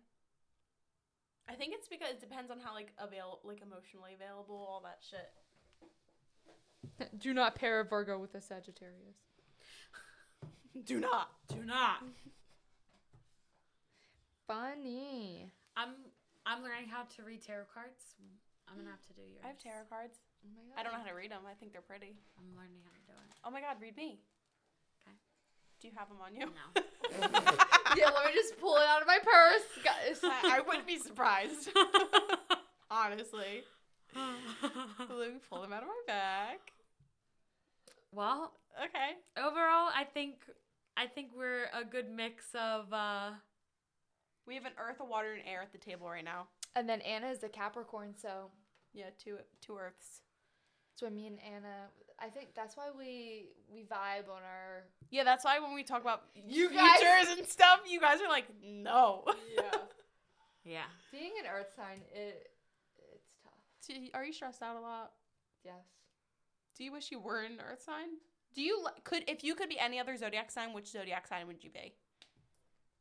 Speaker 1: I think it's because it depends on how like avail like emotionally available, all that shit.
Speaker 3: Do not pair a Virgo with a Sagittarius.
Speaker 1: Do not.
Speaker 4: Do not.
Speaker 3: Funny.
Speaker 4: I'm I'm learning how to read tarot cards. I'm gonna have to do yours.
Speaker 1: I have tarot cards.
Speaker 3: Oh my
Speaker 1: I don't know how to read them. I think they're pretty.
Speaker 4: I'm learning how to do it.
Speaker 1: Oh my god, read me.
Speaker 4: Okay.
Speaker 1: Do you have them on you?
Speaker 4: No.
Speaker 3: yeah, let me just pull it out of my purse. Guys.
Speaker 1: I, I wouldn't be surprised. Honestly. Let me pull them out of my bag.
Speaker 4: well,
Speaker 1: Okay.
Speaker 4: overall, I think I think we're a good mix of. uh
Speaker 1: We have an earth, a water, and air at the table right now.
Speaker 3: And then Anna is a Capricorn, so
Speaker 1: Yeah, two two earths.
Speaker 3: that's why me and Anna. I think that's why we we vibe on our.
Speaker 1: Yeah, that's why when we talk about
Speaker 3: You
Speaker 1: futures
Speaker 3: guys-
Speaker 1: and stuff, you guys are like, no.
Speaker 4: Yeah.
Speaker 3: Being an Earth sign, it it's tough.
Speaker 1: Do- are you stressed out a lot?
Speaker 3: Yes.
Speaker 1: Do you wish you were an earth sign? Do you li- could if you could be any other zodiac sign, which zodiac sign would you be?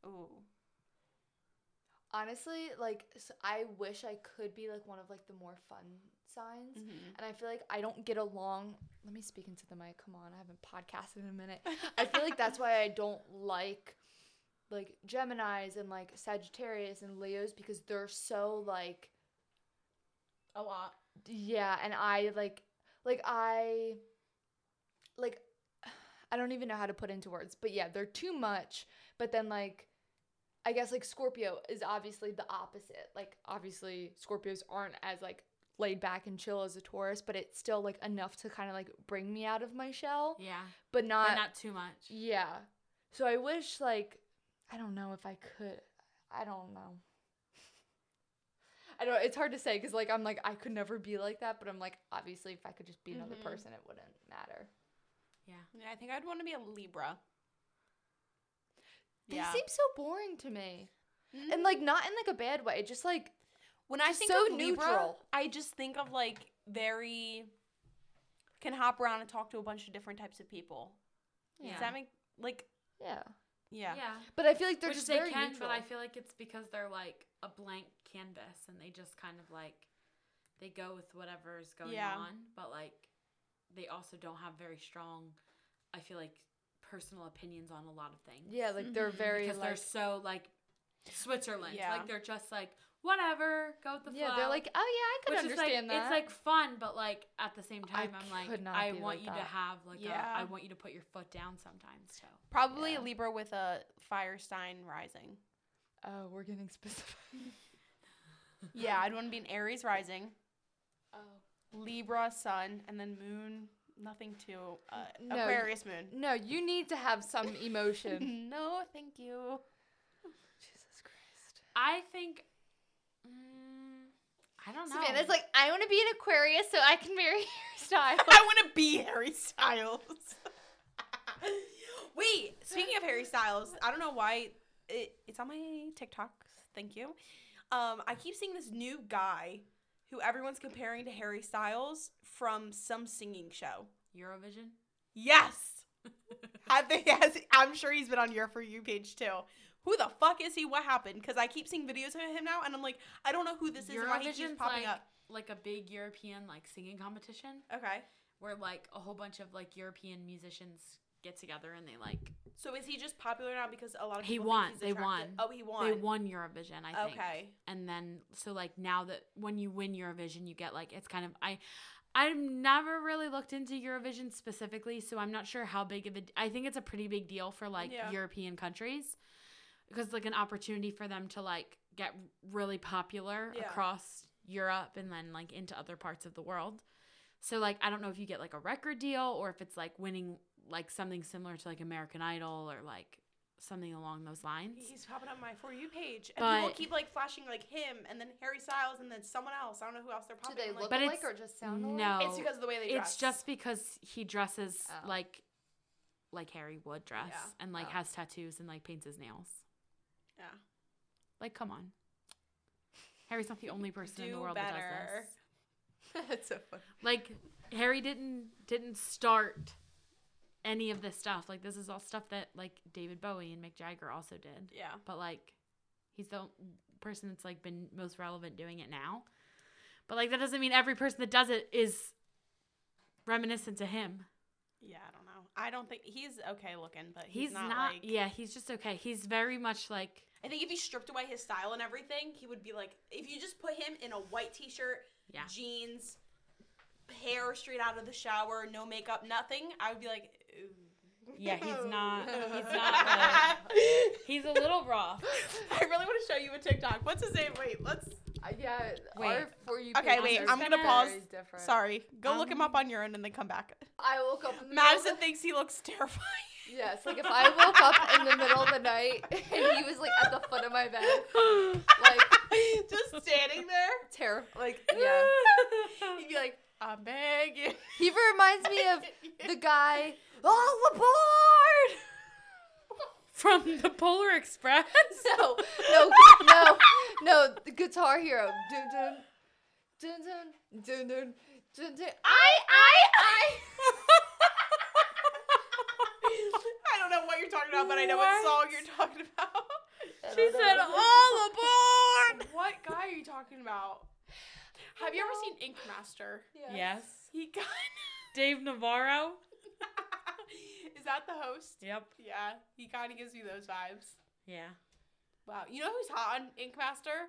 Speaker 1: Ooh.
Speaker 3: honestly like s i wish i could be like one of like the more fun signs
Speaker 1: Mm-hmm.
Speaker 3: and i feel like i don't get along let me speak into the mic come on i haven't podcasted in a minute i feel like that's why i don't like like gemini's and like sagittarius and leos because they're so like
Speaker 1: a lot.
Speaker 3: yeah and i like like i like i don't even know how to put into words but yeah they're too much but then like i guess like scorpio is obviously the opposite like obviously scorpios aren't as like laid back and chill as a taurus but it's still like enough to kind of like bring me out of my shell
Speaker 4: Yeah.
Speaker 3: but not,
Speaker 4: but not too much.
Speaker 3: Uh, yeah so i wish like i don't know if i could i don't know i don't it's hard to say because like i'm like i could never be like that but i'm like obviously if i could just be another
Speaker 1: Mhm.
Speaker 4: Mm-hmm.
Speaker 3: person it wouldn't matter
Speaker 1: Yeah, I think I'd want to be a Libra.
Speaker 3: they seem so boring to me
Speaker 4: Mm-hmm.
Speaker 3: and like not in like a bad way just like
Speaker 1: Mm-hmm. when I
Speaker 3: just
Speaker 1: think
Speaker 3: so
Speaker 1: of Libra,
Speaker 3: neutral.
Speaker 1: I just think of like very can hop around and talk to a bunch of different types of people.
Speaker 4: Yeah.
Speaker 1: Does that make like
Speaker 3: yeah
Speaker 1: yeah.
Speaker 3: but i feel like they're
Speaker 4: Which
Speaker 3: just
Speaker 4: they
Speaker 3: very
Speaker 4: can,
Speaker 3: neutral
Speaker 4: but I feel like it's because they're like a blank canvas and they just kind of like they go with whatever's going
Speaker 1: Yeah.
Speaker 4: on, but like they also don't have very strong I feel like personal opinions on a lot of things.
Speaker 3: yeah like they're
Speaker 1: Mhm.
Speaker 3: very
Speaker 4: because they're so
Speaker 3: like
Speaker 4: like Switzerland.
Speaker 1: Yeah.
Speaker 4: Like they're just like whatever, go with the
Speaker 3: yeah,
Speaker 4: flow.
Speaker 3: they're like, oh yeah, I could
Speaker 4: Which is like
Speaker 3: understand that.
Speaker 4: it's like fun, but like at the same
Speaker 3: I
Speaker 4: time, I am like
Speaker 3: could not
Speaker 4: I
Speaker 3: be
Speaker 4: want
Speaker 3: like
Speaker 4: you to
Speaker 3: that.
Speaker 4: have like a-
Speaker 1: Yeah.
Speaker 4: I want you to put your foot down sometimes. So
Speaker 1: Probably a
Speaker 3: Yeah.
Speaker 1: Libra with a fire sign rising.
Speaker 3: oh, we're getting specific.
Speaker 1: Yeah, I'd want to be an Aries rising,
Speaker 3: oh
Speaker 1: Libra sun, and then moon. Nothing to uh,
Speaker 3: No, you-
Speaker 1: Aquarius moon.
Speaker 3: no, you need to have some emotion.
Speaker 1: No, thank you.
Speaker 3: Jesus Christ.
Speaker 4: I think mm, I don't know.
Speaker 3: Savannah's like, I want to be an Aquarius so I can marry hairstyle.
Speaker 1: I want to be Harry Styles. Wait, speaking of Harry Styles, I don't know why it, it's on my TikTok. Thank you. Um, I keep seeing this new guy who everyone's comparing to Harry Styles from some singing show.
Speaker 4: Eurovision.
Speaker 1: Yes. I think yes, I'm sure he's been on your for you page too. Who the fuck is he? What happened? Because I keep seeing videos of him now, and I'm like, I don't know who this is and why he keeps
Speaker 4: Eurovision's
Speaker 1: popping
Speaker 4: like
Speaker 1: up.
Speaker 4: like a big European like singing competition
Speaker 1: Okay.
Speaker 4: where like a whole bunch of like European musicians get together and they like
Speaker 1: So is he just popular now because a lot of
Speaker 4: He
Speaker 1: people
Speaker 4: won.
Speaker 1: Think he's
Speaker 4: They
Speaker 1: attractive?
Speaker 4: won.
Speaker 1: Oh, he won.
Speaker 4: they won Eurovision. I think.
Speaker 1: Okay.
Speaker 4: and then so like now that when you win Eurovision, you get like it's kind of I. I've never really looked into Eurovision specifically, so I'm not sure how big of a. I think it's a pretty big deal for like
Speaker 1: Yeah.
Speaker 4: European countries, because like an opportunity for them to like get really popular
Speaker 1: Yeah.
Speaker 4: across Europe and then like into other parts of the world. So like I don't know if you get like a record deal or if it's like winning like something similar to like American Idol or like something along those lines.
Speaker 1: He's popping up my for you page, and people
Speaker 4: But-
Speaker 1: keep like flashing like him, and then Harry Styles, and then someone else. I don't know who else they're
Speaker 3: Do
Speaker 1: popping.
Speaker 3: they
Speaker 1: I'm
Speaker 3: look
Speaker 1: like,
Speaker 4: But
Speaker 3: alike
Speaker 4: it's-
Speaker 3: or just sound alike?
Speaker 4: no,
Speaker 1: it's because of the way they dress.
Speaker 4: It's just because he dresses
Speaker 3: Oh.
Speaker 4: like like Harry would dress
Speaker 1: Yeah.
Speaker 4: and like
Speaker 3: Oh.
Speaker 4: has tattoos and like paints his nails.
Speaker 1: yeah.
Speaker 4: Like come on. Harry's not the only person in the
Speaker 1: Do
Speaker 4: world that does
Speaker 1: better.
Speaker 4: this.
Speaker 3: That's so funny.
Speaker 4: Like Harry didn't didn't start any of this stuff. Like this is all stuff that like David Bowie and Mick Jagger also did.
Speaker 1: Yeah.
Speaker 4: But like he's the person that's like been most relevant doing it now. But like that doesn't mean every person that does it is reminiscent to him.
Speaker 1: Yeah. I don't know. I don't think he's okay looking, but
Speaker 4: He's,
Speaker 1: he's,
Speaker 4: not,
Speaker 1: like,
Speaker 4: yeah, he's just okay. He's very much like
Speaker 1: I think if you stripped away his style and everything, he would be like if you just put him in a white t-shirt,
Speaker 4: Yeah.
Speaker 1: jeans, hair straight out of the shower, no makeup, nothing. I would be like, Ooh.
Speaker 4: Yeah, he's not- he's not
Speaker 1: I
Speaker 4: he's a little raw.
Speaker 1: really want to show you a TikTok. What's his name? Wait, let's.
Speaker 3: Uh, yeah, our
Speaker 4: Wait.
Speaker 3: for you.
Speaker 1: Okay,
Speaker 3: pages
Speaker 1: wait,
Speaker 3: are
Speaker 4: I'm gonna
Speaker 3: very
Speaker 1: pause.
Speaker 3: different.
Speaker 1: Sorry, go look him
Speaker 4: Um,
Speaker 1: up on your own and then come back.
Speaker 3: I woke up. In the middle of
Speaker 1: Madison
Speaker 3: the-
Speaker 1: thinks he looks terrifying.
Speaker 3: yes, like if I woke up in the middle of the night and he was like at the foot of my bed, like
Speaker 1: just standing there.
Speaker 3: terrible. Like yeah,
Speaker 1: He'd be like, I'm begging.
Speaker 3: he reminds me of the guy. Oh, Laporte.
Speaker 4: From the Polar Express.
Speaker 3: No, no, no, no. The Guitar Hero. Dun dun, dun dun, dun dun, dun dun. I, I,
Speaker 1: I don't know what you're talking about, but I know what,
Speaker 4: What?
Speaker 1: song you're talking about.
Speaker 3: I.
Speaker 4: She said all aboard.
Speaker 1: what guy are you talking about? Have you ever seen Ink Master?
Speaker 4: Yes.
Speaker 1: He kind
Speaker 4: Dave Navarro.
Speaker 1: Is that the host?
Speaker 4: Yep.
Speaker 1: Yeah, he kind of gives me those vibes.
Speaker 4: Yeah.
Speaker 1: Wow, you know who's hot on Ink Master?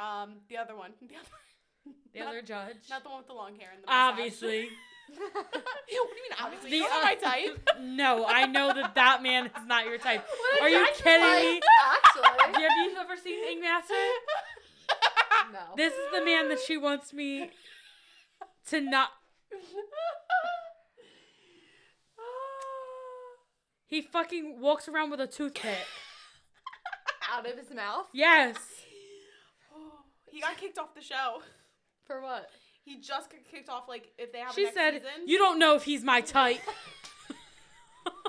Speaker 1: Um, the other one, the other,
Speaker 4: The
Speaker 1: Not-
Speaker 4: other judge.
Speaker 1: not the one with the long hair and the mustache.
Speaker 4: Obviously.
Speaker 1: what do you mean obviously?
Speaker 4: The uh,
Speaker 1: You're not my type.
Speaker 4: no, I know that that man is not your type.
Speaker 3: What
Speaker 4: Are you
Speaker 3: Actually,
Speaker 4: kidding me? Have
Speaker 3: Actually,
Speaker 4: you ever seen Ink Master?
Speaker 3: no.
Speaker 4: This is the man that she wants me to not. He fucking walks around with a toothpick.
Speaker 3: out of his mouth
Speaker 4: Yes.
Speaker 1: he got kicked off the show.
Speaker 3: for what?
Speaker 1: He just got kicked off. Like if they have, a
Speaker 4: She
Speaker 1: next
Speaker 4: said,
Speaker 1: season.
Speaker 4: You don't know if he's my type.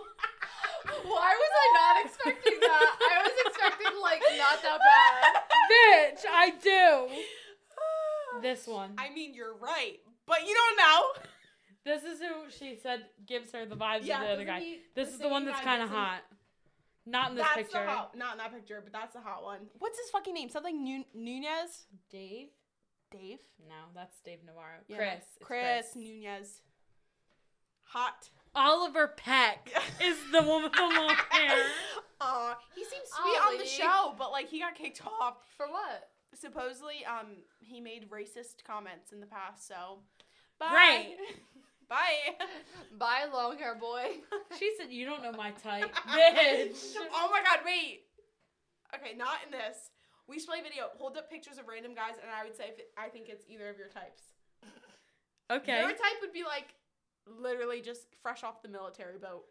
Speaker 3: Why was I not expecting that? I was expecting like not that bad.
Speaker 4: Bitch, I do. This one.
Speaker 1: I mean, you're right, but you don't know.
Speaker 4: This is who she said gives her the vibes
Speaker 1: Yeah,
Speaker 4: of the other
Speaker 1: doesn't
Speaker 4: guy.
Speaker 1: he-
Speaker 4: this
Speaker 1: the
Speaker 4: is the one
Speaker 1: singing
Speaker 4: that's
Speaker 1: guy
Speaker 4: kind of
Speaker 1: doesn't-
Speaker 4: hot. Not in this
Speaker 1: That's
Speaker 4: picture.
Speaker 1: the hot. Not in that picture, but that's the hot one. What's his fucking name? Something Nu- Nunez.
Speaker 4: Dave?
Speaker 1: Dave.
Speaker 4: No, that's Dave Navarro.
Speaker 1: Yeah.
Speaker 4: Chris. It's
Speaker 1: Chris. Nunez. Hot.
Speaker 4: Oliver Peck is the one with the long hair.
Speaker 1: Aw, he seems sweet to be on the
Speaker 3: Golly.
Speaker 1: show, but like he got kicked off.
Speaker 3: For what?
Speaker 1: Supposedly, um, he made racist comments in the past. So, bye.
Speaker 4: Great.
Speaker 1: bye.
Speaker 3: Bye, long hair boy.
Speaker 4: She said, "You don't know my type, bitch."
Speaker 1: oh my god, wait. Okay, not in this. We should play video. Hold up pictures of random guys, and I would say if it, I think it's either of your types.
Speaker 4: Okay.
Speaker 1: Your type would be like literally just fresh off the military boat,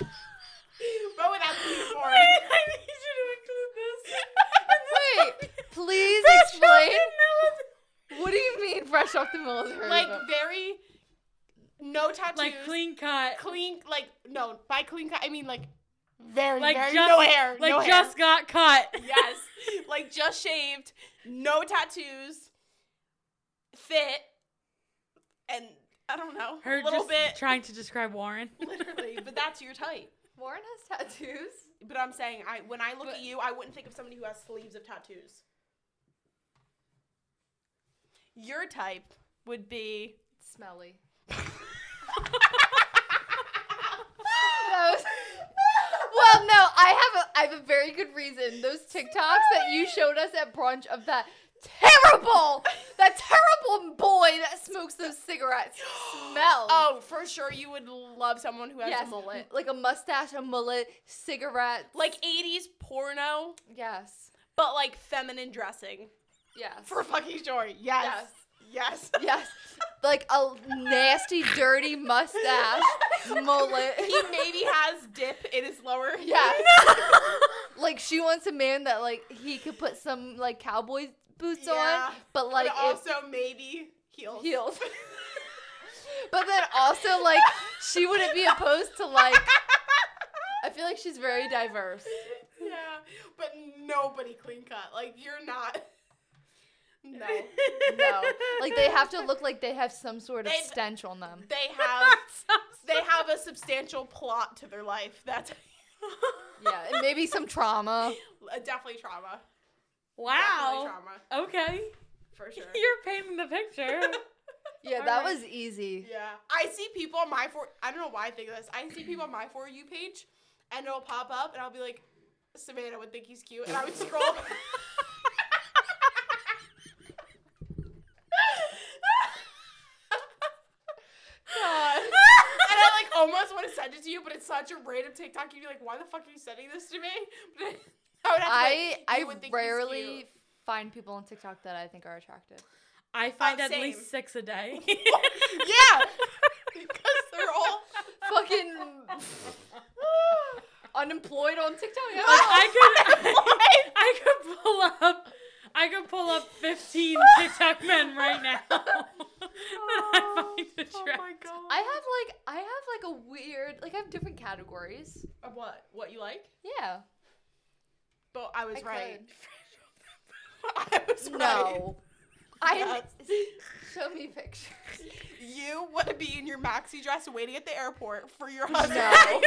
Speaker 1: but without the uniform.
Speaker 4: Wait, I need you to include this.
Speaker 3: Wait, please explain. What do you mean, fresh off the military?
Speaker 1: like
Speaker 3: boat?
Speaker 1: very no tattoos,
Speaker 4: Like clean cut.
Speaker 1: clean, like no. By clean cut, I mean like very,
Speaker 4: Like
Speaker 1: very
Speaker 4: just-
Speaker 1: no hair,
Speaker 4: Like
Speaker 1: no hair.
Speaker 4: just got cut.
Speaker 1: yes, like just shaved, no tattoos, fit, and I don't know,
Speaker 4: Her
Speaker 1: a little
Speaker 4: just
Speaker 1: bit,
Speaker 4: trying to describe Warren.
Speaker 1: literally. But that's your type.
Speaker 3: Warren has tattoos.
Speaker 1: But I'm saying, I when I look
Speaker 4: But-
Speaker 1: at you, I wouldn't think of somebody who has sleeves of tattoos. Your type would be.
Speaker 3: Smelly.
Speaker 1: I
Speaker 3: That was- well, no, I have a I have a very good reason. Those TikToks that you showed us at brunch of that terrible, that terrible boy that smokes those cigarettes smell.
Speaker 1: Oh, for sure, you would love someone who has
Speaker 3: yes,
Speaker 1: a mullet,
Speaker 3: like a mustache, a mullet, cigarette.
Speaker 1: like '80s porno,
Speaker 3: yes,
Speaker 1: but like feminine dressing.
Speaker 3: yes,
Speaker 1: For fucking sure. Yes. Yes.
Speaker 3: yes, like a nasty, dirty mustache, mullet.
Speaker 1: he maybe has dip in his lower.
Speaker 3: Yeah. like she wants a man that like he could put some like cowboy boots on,
Speaker 1: Yeah,
Speaker 3: but
Speaker 1: Like
Speaker 3: like
Speaker 1: but
Speaker 3: if
Speaker 1: also maybe heels.
Speaker 3: heels. but then also like she wouldn't be opposed to like. I feel like she's very diverse.
Speaker 1: yeah. But nobody clean cut. Like you're not. No.
Speaker 3: No, like they have to look like they have some sort of
Speaker 1: They'd-
Speaker 3: stench on them.
Speaker 1: They have they have a substantial plot to their life. That's
Speaker 3: Yeah, and maybe some trauma.
Speaker 1: Uh, definitely trauma. Definitely
Speaker 4: wow.
Speaker 1: trauma
Speaker 4: Okay.
Speaker 1: for sure.
Speaker 4: You're painting the picture.
Speaker 3: Yeah,
Speaker 4: All
Speaker 3: that
Speaker 4: right.
Speaker 3: was easy.
Speaker 1: Yeah. I see people on my for I don't know why I think of this. I see people on my for you page and it'll pop up and I'll be like, Savannah would think he's cute and I would scroll
Speaker 3: God.
Speaker 1: and I like almost want to send it to you, but it's such a random TikTok. You'd be like, why the fuck are you sending this to me? But I would have to be
Speaker 3: I
Speaker 1: like,
Speaker 3: I
Speaker 1: "You would think he's
Speaker 3: rarely
Speaker 1: cute."
Speaker 3: find people on TikTok that I think are attractive.
Speaker 4: I find
Speaker 1: Uh,
Speaker 4: at
Speaker 1: same.
Speaker 4: least six a day.
Speaker 1: Yeah. Because they're all
Speaker 3: fucking unemployed on TikTok.
Speaker 1: Yeah.
Speaker 4: Like I could, I could pull up, I could pull up fifteen TikTok men right now that I find attractive.
Speaker 1: Oh, god.
Speaker 3: I have like I have like a weird like I have different categories.
Speaker 1: Of what? What you like?
Speaker 3: Yeah.
Speaker 1: But I was
Speaker 3: I
Speaker 1: right. I was right.
Speaker 3: No. I show me pictures.
Speaker 1: You want to be in your maxi dress waiting at the airport for your husband.
Speaker 3: No.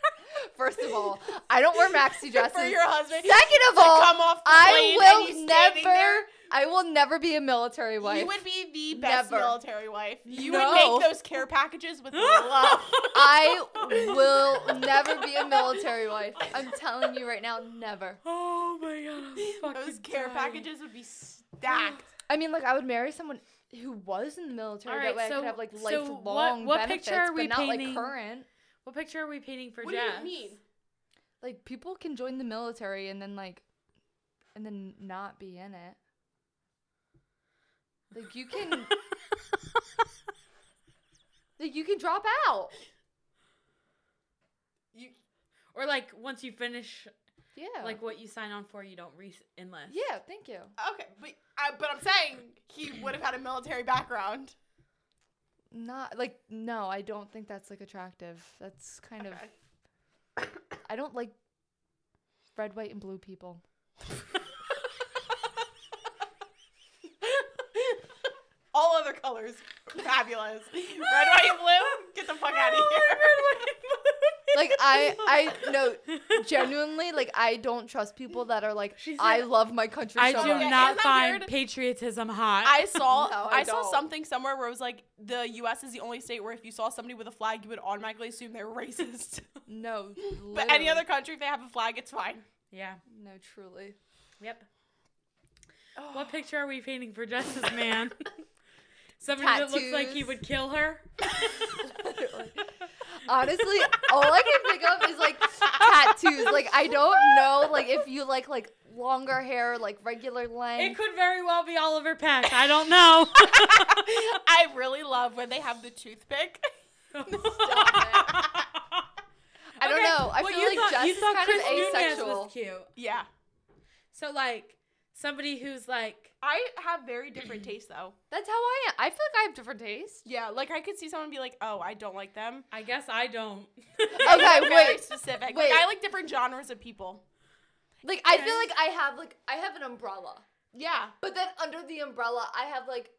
Speaker 3: First of all, I don't wear maxi dresses.
Speaker 1: for your husband.
Speaker 3: Second of
Speaker 1: to
Speaker 3: all,
Speaker 1: come off the plane and
Speaker 3: I
Speaker 1: he's
Speaker 3: will
Speaker 1: standing there.
Speaker 3: never I will never be a military wife.
Speaker 1: You would be the best
Speaker 3: Never.
Speaker 1: military wife. You
Speaker 3: No.
Speaker 1: would make those care packages with love.
Speaker 3: I will never be a military wife. I'm telling you right now, never.
Speaker 4: Oh my god, I'm fucking
Speaker 1: those care
Speaker 4: dying.
Speaker 1: packages would be stacked.
Speaker 3: I mean, like, I would marry someone who was in the military.
Speaker 4: All
Speaker 3: that
Speaker 4: right,
Speaker 3: way I
Speaker 4: so-
Speaker 3: could have like
Speaker 4: so what-
Speaker 3: lifelong
Speaker 4: what
Speaker 3: benefits,
Speaker 4: picture are
Speaker 3: but
Speaker 4: we
Speaker 3: not
Speaker 4: painting?
Speaker 3: like current.
Speaker 4: What picture are we painting for
Speaker 1: What
Speaker 4: Jess?
Speaker 1: do you mean?
Speaker 3: Like people can join the military and then like, and then not be in it. Like you can, like you can drop out.
Speaker 1: You,
Speaker 4: or like once you finish,
Speaker 3: Yeah.
Speaker 4: like what you sign on for, you don't re enlist.
Speaker 3: yeah. Thank you.
Speaker 1: okay, but I, but I'm saying he would have had a military background.
Speaker 3: Not like no, I don't think that's like attractive. That's kind
Speaker 1: Okay.
Speaker 3: of. I don't like red, white, and blue people.
Speaker 1: All other colors, fabulous. Red, white, and blue. Get the fuck out of here.
Speaker 3: Like I, I no, genuinely, like I don't trust people that are like,
Speaker 4: She said,
Speaker 3: I love my country.
Speaker 4: I
Speaker 3: so
Speaker 4: do
Speaker 3: much."
Speaker 1: Okay,
Speaker 4: not
Speaker 1: isn't that
Speaker 4: find
Speaker 1: weird?
Speaker 4: patriotism hot.
Speaker 1: I saw
Speaker 3: No, I
Speaker 1: I, saw
Speaker 3: don't.
Speaker 1: something somewhere where it was like the U.S. is the only state where if you saw somebody with a flag, you would automatically assume they're racist.
Speaker 3: No,
Speaker 1: but any
Speaker 3: literally.
Speaker 1: other country, if they have a flag, it's fine.
Speaker 4: yeah.
Speaker 3: No, truly.
Speaker 4: Yep. What picture are we painting for Justice Man? Somebody that looks like he
Speaker 3: Tattoos.
Speaker 4: would kill her.
Speaker 3: Honestly, all I can think of is like tattoos. Like I don't know, like if you like like longer hair, like regular
Speaker 4: It
Speaker 3: length.
Speaker 4: could very well be Oliver Peck. I don't know.
Speaker 1: I really love when they have the toothpick.
Speaker 3: I don't
Speaker 4: Okay,
Speaker 3: know. I
Speaker 4: well,
Speaker 3: feel
Speaker 4: you
Speaker 3: like
Speaker 4: thought-
Speaker 3: Jess
Speaker 4: you
Speaker 3: is
Speaker 4: thought
Speaker 3: kind
Speaker 4: Chris
Speaker 3: of
Speaker 4: Nunez
Speaker 3: asexual.
Speaker 4: was cute.
Speaker 1: yeah,
Speaker 4: So like somebody who's like
Speaker 1: I have very different tastes though.
Speaker 3: That's how I am. I feel like I have different tastes.
Speaker 1: Yeah, like I could see someone be like, "Oh, I don't like them."
Speaker 4: I guess I don't.
Speaker 3: Okay,
Speaker 1: very
Speaker 3: wait.
Speaker 1: specific.
Speaker 3: wait.
Speaker 1: Like I like different genres of people.
Speaker 3: Like I
Speaker 4: Okay.
Speaker 3: feel like I have like I have an umbrella.
Speaker 1: Yeah,
Speaker 3: But then under the umbrella, I have like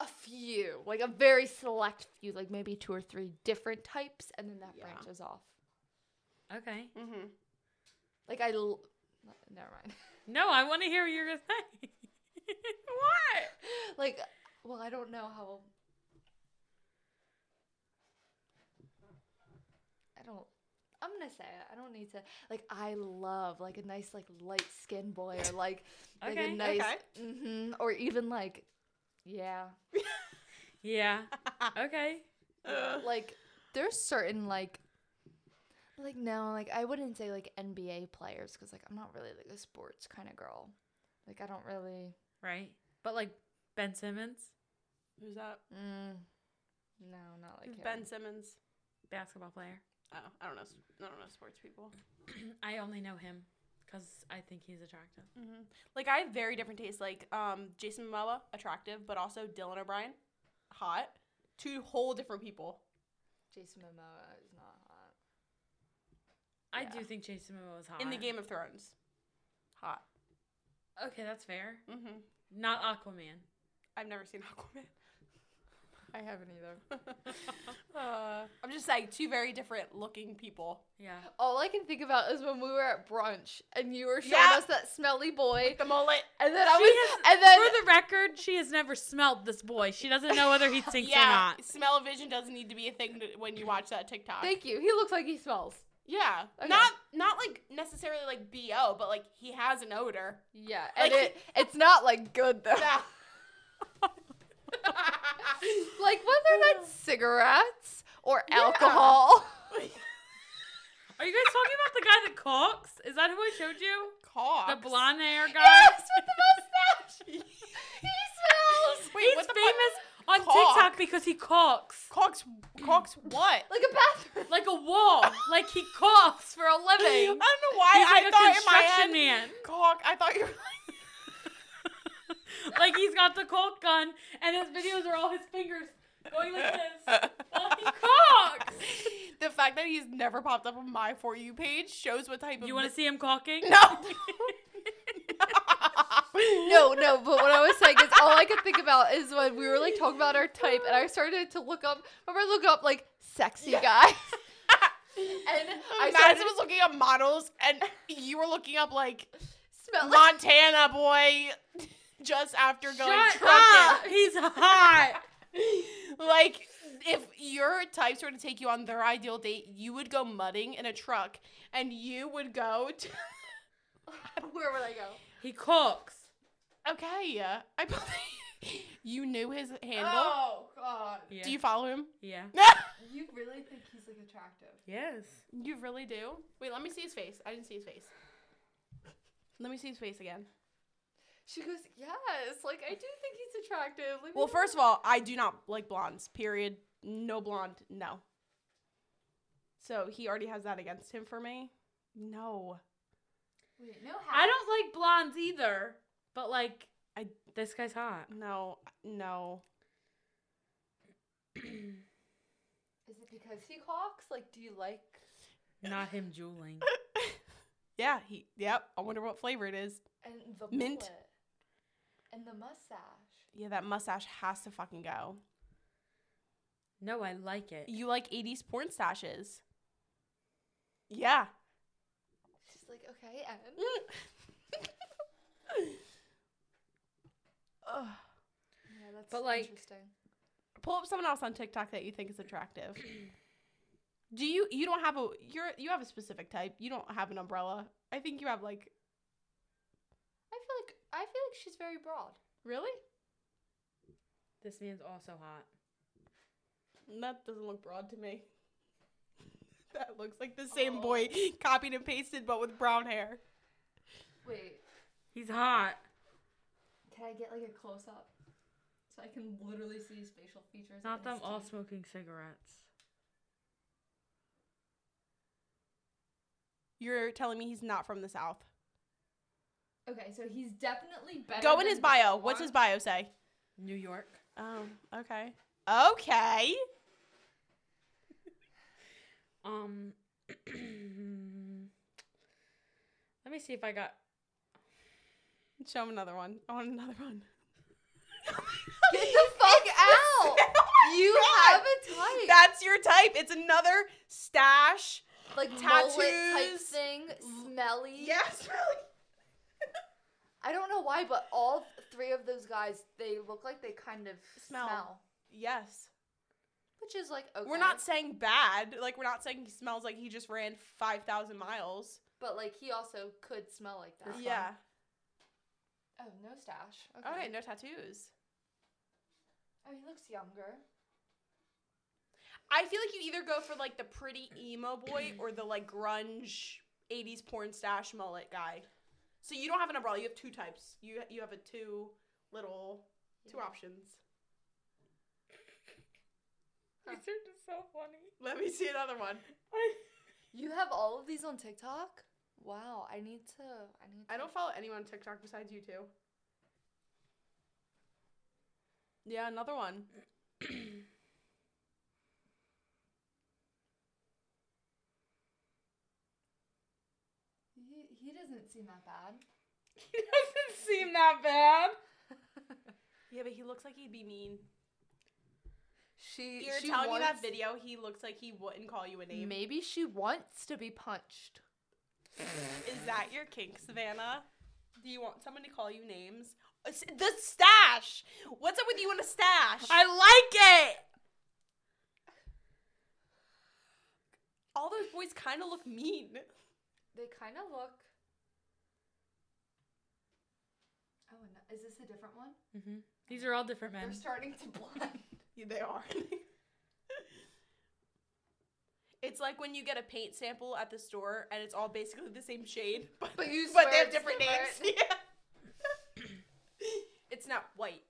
Speaker 3: a few, like a very select few, like maybe two or three different types, and then that
Speaker 1: Yeah.
Speaker 3: branches off.
Speaker 4: okay.
Speaker 1: mm-hmm.
Speaker 3: Like I, l- never mind.
Speaker 4: No, I want to hear what you're gonna say. what?
Speaker 3: like, well, I don't know how. I don't. I'm gonna say it. I don't need to. Like, I love like a nice like light skinned boy or like like
Speaker 4: Okay,
Speaker 3: a nice
Speaker 1: okay.
Speaker 3: mm-hmm, or even like, yeah,
Speaker 4: Yeah. Okay.
Speaker 3: like there's certain like like no like i wouldn't say like nba players because like i'm not really like a sports kind of girl like i don't really
Speaker 4: Right. But like Ben Simmons,
Speaker 1: Who's that?
Speaker 3: mm, no not like
Speaker 1: Who's
Speaker 3: him.
Speaker 1: ben Simmons.
Speaker 4: basketball player.
Speaker 1: Oh, I don't know. s- I don't know sports people.
Speaker 4: I only know him because I think he's attractive.
Speaker 1: hmm Like I have very different tastes. Like um, Jason Momoa, attractive, but also Dylan O'Brien, hot. Two whole different people.
Speaker 3: jason momoa is not hot
Speaker 4: I
Speaker 3: Yeah.
Speaker 4: do think Jason Momoa is hot
Speaker 1: in the Game of Thrones. Hot.
Speaker 4: Okay, that's fair.
Speaker 1: Mm-hmm.
Speaker 4: Not Aquaman.
Speaker 1: I've never seen Aquaman.
Speaker 3: i haven't either
Speaker 1: uh, I'm just saying, two very different looking people.
Speaker 4: Yeah.
Speaker 3: all i can think about is when we were at brunch and you were showing
Speaker 1: Yeah.
Speaker 3: us that smelly boy
Speaker 1: The mullet.
Speaker 3: and then i
Speaker 4: She
Speaker 3: was
Speaker 4: has-
Speaker 3: and then
Speaker 4: For the record, she has never smelled this boy. She doesn't know whether he stinks or
Speaker 1: Yeah,
Speaker 4: not.
Speaker 1: smell of vision doesn't need to be a thing to, when you watch that TikTok.
Speaker 3: thank you he looks like he smells
Speaker 1: yeah,
Speaker 3: Okay.
Speaker 1: not not like necessarily like bo, but like he has an odor.
Speaker 3: yeah and
Speaker 1: Like-
Speaker 3: it it's not like good though
Speaker 1: Yeah.
Speaker 3: like whether that's cigarettes or alcohol
Speaker 4: Are you guys talking about the guy that caulks? Is that who I showed you?
Speaker 1: Cox.
Speaker 4: The blonde hair guy.
Speaker 3: Yes, with the mustache. he smells
Speaker 1: Wait,
Speaker 4: He's
Speaker 1: what the
Speaker 4: famous on
Speaker 1: Caulk?
Speaker 4: TikTok because he caulks.
Speaker 1: Fuck? Cox. Cox. What?
Speaker 3: like a bathroom.
Speaker 4: Like a wall. like he caulks for a
Speaker 1: I don't
Speaker 4: living.
Speaker 1: know why
Speaker 4: He's like
Speaker 1: I
Speaker 4: a
Speaker 1: thought in my
Speaker 4: construction
Speaker 1: head.
Speaker 4: man.
Speaker 1: Cock. I thought you were
Speaker 4: like he's got the caulk gun and his videos are all his fingers going like this. While he caulks.
Speaker 1: the fact that he's never popped up on my for you page shows what type of
Speaker 4: You want to see him caulking?
Speaker 1: no.
Speaker 3: No, no, but what I was saying is all I could think about is when we were like talking about our type and I started to look up remember looking up like sexy guys. And I started
Speaker 1: Madison was looking up models, and you were looking up like
Speaker 3: smell like
Speaker 1: Montana boy just after going
Speaker 4: Shut
Speaker 1: trucking.
Speaker 4: up. He's hot.
Speaker 1: like if your types were to take you on their ideal date, you would go mudding in a truck, and you would go. To-
Speaker 3: where would I go?
Speaker 4: He caulks.
Speaker 1: okay, yeah, I believe you knew his handle.
Speaker 4: Oh.
Speaker 3: Oh, god.
Speaker 4: Yeah.
Speaker 1: Do you follow him?
Speaker 4: yeah.
Speaker 3: You really think he's like attractive?
Speaker 4: Yes.
Speaker 1: you really do. Wait, let me see his face. I didn't see his face. Let me see his face again.
Speaker 3: She goes, Yes, like I do think he's attractive. Like,
Speaker 1: Well, first of all, I do not like blondes. Period. No blonde. No. So he already has that against him for me. No.
Speaker 3: wait, no
Speaker 4: I don't like blondes either, but like
Speaker 1: I-
Speaker 4: this guy's hot.
Speaker 1: No. No.
Speaker 3: Is it because he cocks? Like, do you like?
Speaker 4: Not him jeweling.
Speaker 1: Yeah. He. Yep. I wonder what flavor it is.
Speaker 3: And the
Speaker 1: Mint.
Speaker 3: mullet. And the mustache.
Speaker 1: Yeah, that mustache has to fucking go.
Speaker 4: No, I like it.
Speaker 1: You like 80s porn stashes. Yeah.
Speaker 3: She's like, okay, and
Speaker 1: Ugh.
Speaker 3: yeah, that's
Speaker 6: But, like-
Speaker 3: interesting.
Speaker 1: Pull up someone else on TikTok that you think is attractive. Do you you don't have a you're you have a specific type. You don't have an umbrella. I think you have like
Speaker 3: I feel like I feel like she's very broad.
Speaker 1: really?
Speaker 6: This man's also hot.
Speaker 1: That doesn't look broad to me. that looks like the same boy copied and pasted but with brown hair.
Speaker 3: Wait,
Speaker 6: He's hot.
Speaker 3: can I get like a close up so I can literally see his facial features?
Speaker 6: Not them all smoking cigarettes.
Speaker 1: You're telling me he's not from the south.
Speaker 3: Okay, so he's definitely better.
Speaker 1: Go in his bio. What's his bio say?
Speaker 6: New York.
Speaker 1: Oh, okay. Okay.
Speaker 6: Um. let me see if I got.
Speaker 1: Show him another one. I want another one.
Speaker 3: Get the fuck out! You have a type.
Speaker 1: That's your type. It's another stash.
Speaker 3: like mullet type
Speaker 1: tattoos.
Speaker 3: thing, smelly.
Speaker 1: Yes, really.
Speaker 3: I don't know why, but all three of those guys, they look like they kind of
Speaker 1: Smell.
Speaker 3: smell,
Speaker 1: Yes.
Speaker 3: which is like okay.
Speaker 1: We're not saying bad. Like we're not saying he smells like he just ran five thousand miles.
Speaker 3: but like he also could smell like that.
Speaker 1: yeah.
Speaker 3: Oh, no stash.
Speaker 1: Okay, no tattoos.
Speaker 3: Oh, he looks younger.
Speaker 1: I feel like you either go for like the pretty emo boy or the like grunge '80s porn stash mullet guy. So you don't have an umbrella. You have two types. You you have a two little two options.
Speaker 6: These are just so funny.
Speaker 1: Let me see another one.
Speaker 3: You have all of these on TikTok? Wow, I need to. I need. To,
Speaker 1: I don't follow anyone on TikTok besides you two. Yeah, another one.
Speaker 3: He, he doesn't seem that bad.
Speaker 6: He doesn't seem that bad.
Speaker 1: Yeah, but he looks like he'd be mean.
Speaker 3: She.
Speaker 1: You're
Speaker 3: she
Speaker 1: telling me that
Speaker 3: wants-
Speaker 1: video. He looks like he wouldn't call you a name.
Speaker 3: Maybe she wants to be punched.
Speaker 1: Is that your kink, Savannah? Do you want someone to call you names? Uh, s- The stash. What's up with you and a stash?
Speaker 6: I like it.
Speaker 1: All those boys kind of look mean.
Speaker 3: They kind of look. Oh, and that- is this a different one?
Speaker 6: Mm-hmm. These are all different men.
Speaker 3: They're starting to blend.
Speaker 1: Yeah, they are. it's like when you get a paint sample at the store and it's all basically the same shade, but
Speaker 3: But you
Speaker 1: but they
Speaker 3: swear
Speaker 1: have
Speaker 3: it's
Speaker 1: different names.
Speaker 3: different.
Speaker 1: Yeah. it's not white.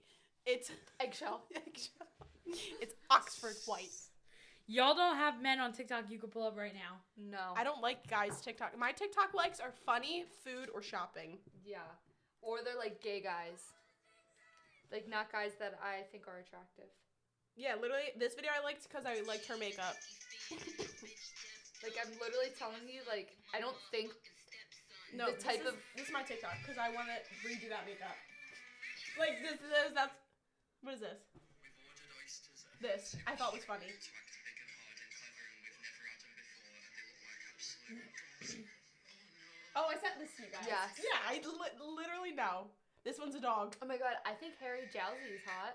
Speaker 1: It's
Speaker 3: Eggshell.
Speaker 1: it's Oxford white.
Speaker 6: Y'all don't have men on TikTok you could pull up right now.
Speaker 3: No.
Speaker 1: I don't like guys TikTok. My TikTok likes are funny, food, or shopping.
Speaker 3: Yeah. Or they're like gay guys. Like not guys that I think are attractive.
Speaker 1: Yeah, literally, this video I liked because I liked her makeup.
Speaker 3: Like I'm literally telling you, like I don't think
Speaker 1: No,
Speaker 3: The
Speaker 1: this
Speaker 3: type
Speaker 1: is-
Speaker 3: of-
Speaker 1: this is my TikTok because I want to redo that makeup. Like this, this that's what is this? This I thought was funny. Oh, I sent this to you guys.
Speaker 3: Yes.
Speaker 1: Yeah, I li- literally know. This one's a dog.
Speaker 3: Oh my god, I think Harry Jowsey is hot.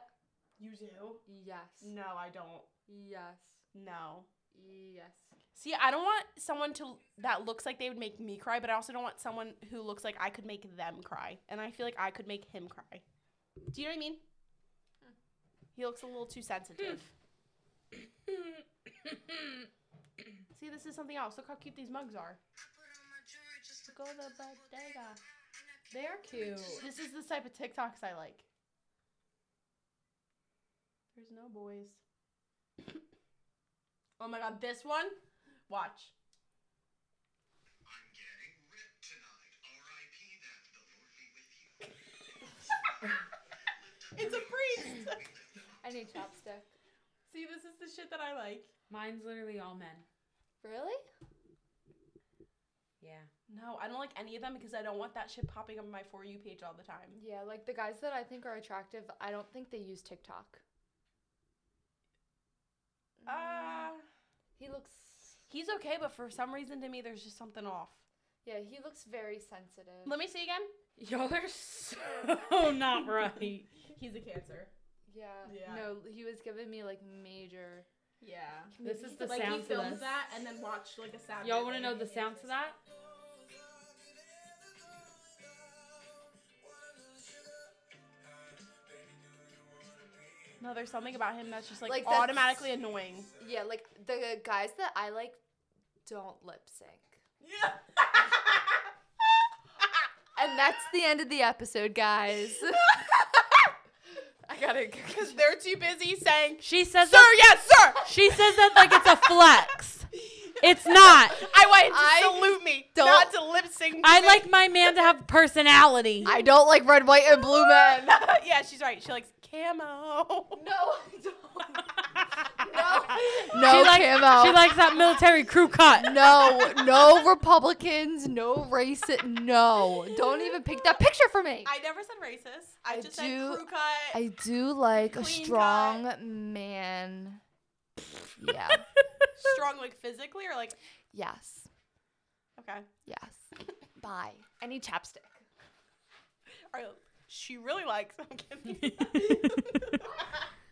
Speaker 1: You do?
Speaker 3: Yes.
Speaker 1: No, I don't.
Speaker 3: Yes.
Speaker 1: No.
Speaker 3: Yes.
Speaker 1: See, I don't want someone to that looks like they would make me cry, but I also don't want someone who looks like I could make them cry. And I feel like I could make him cry. Do you know what I mean? He looks a little too sensitive. See, this is something else. Look how cute these mugs are.
Speaker 5: Go to bodega. They are cute.
Speaker 1: This is the type of TikToks I like. There's no boys. oh my god, this one? Watch.
Speaker 7: I'm getting ripped tonight. R.I.P. that. The Lord be with you.
Speaker 1: It's a priest!
Speaker 3: I need chapstick.
Speaker 1: See, this is the shit that I like.
Speaker 6: Mine's literally all men.
Speaker 3: Really?
Speaker 6: Yeah.
Speaker 1: No, I don't like any of them because I don't want that shit popping up on my For You page all the time.
Speaker 3: Yeah, like the guys that I think are attractive, I don't think they use TikTok.
Speaker 1: Ah.
Speaker 4: Mm-hmm.
Speaker 3: He looks
Speaker 1: He's okay, but for some reason to me, there's just something off.
Speaker 3: Yeah, he looks very sensitive.
Speaker 1: Let me see again.
Speaker 4: Y'all are
Speaker 6: Oh,
Speaker 4: so not right.
Speaker 1: He's a cancer.
Speaker 3: yeah.
Speaker 1: Yeah.
Speaker 3: No, he was giving me like major.
Speaker 1: Yeah.
Speaker 4: This is the
Speaker 1: like he
Speaker 4: sound for
Speaker 1: films
Speaker 4: this.
Speaker 1: that and then watched like a Saturday.
Speaker 4: Y'all want to know the sound for that?
Speaker 1: No, there's something about him that's just like,
Speaker 3: Like, that's-
Speaker 1: automatically annoying.
Speaker 3: Yeah, like the guys that I like don't lip sync.
Speaker 1: Yeah.
Speaker 3: And that's the end of the episode, guys. I gotta.
Speaker 1: Because they're too busy saying,
Speaker 4: She says
Speaker 1: Sir, yes, sir!
Speaker 4: She says that like it's a flex. It's not.
Speaker 1: I want him to
Speaker 3: I
Speaker 1: salute me,
Speaker 3: don't-
Speaker 1: not to lip sync. to
Speaker 4: I
Speaker 1: me.
Speaker 4: like my man to have personality.
Speaker 3: I don't like red, white, and blue men.
Speaker 1: yeah, she's right. She likes camo.
Speaker 3: No, I don't. No, no
Speaker 4: she likes,
Speaker 3: camo.
Speaker 4: She likes that military crew cut.
Speaker 3: no, no Republicans, no racist. No, don't even pick that picture for me.
Speaker 1: I never said racist. I,
Speaker 3: I
Speaker 1: just
Speaker 3: do-
Speaker 1: said crew cut.
Speaker 3: I do like a
Speaker 1: Clean
Speaker 3: strong man. Yeah.
Speaker 1: strong, like physically or like,
Speaker 3: yes.
Speaker 1: okay.
Speaker 3: Yes. Bye. Any chapstick.
Speaker 1: All right, she really likes. I'm kidding.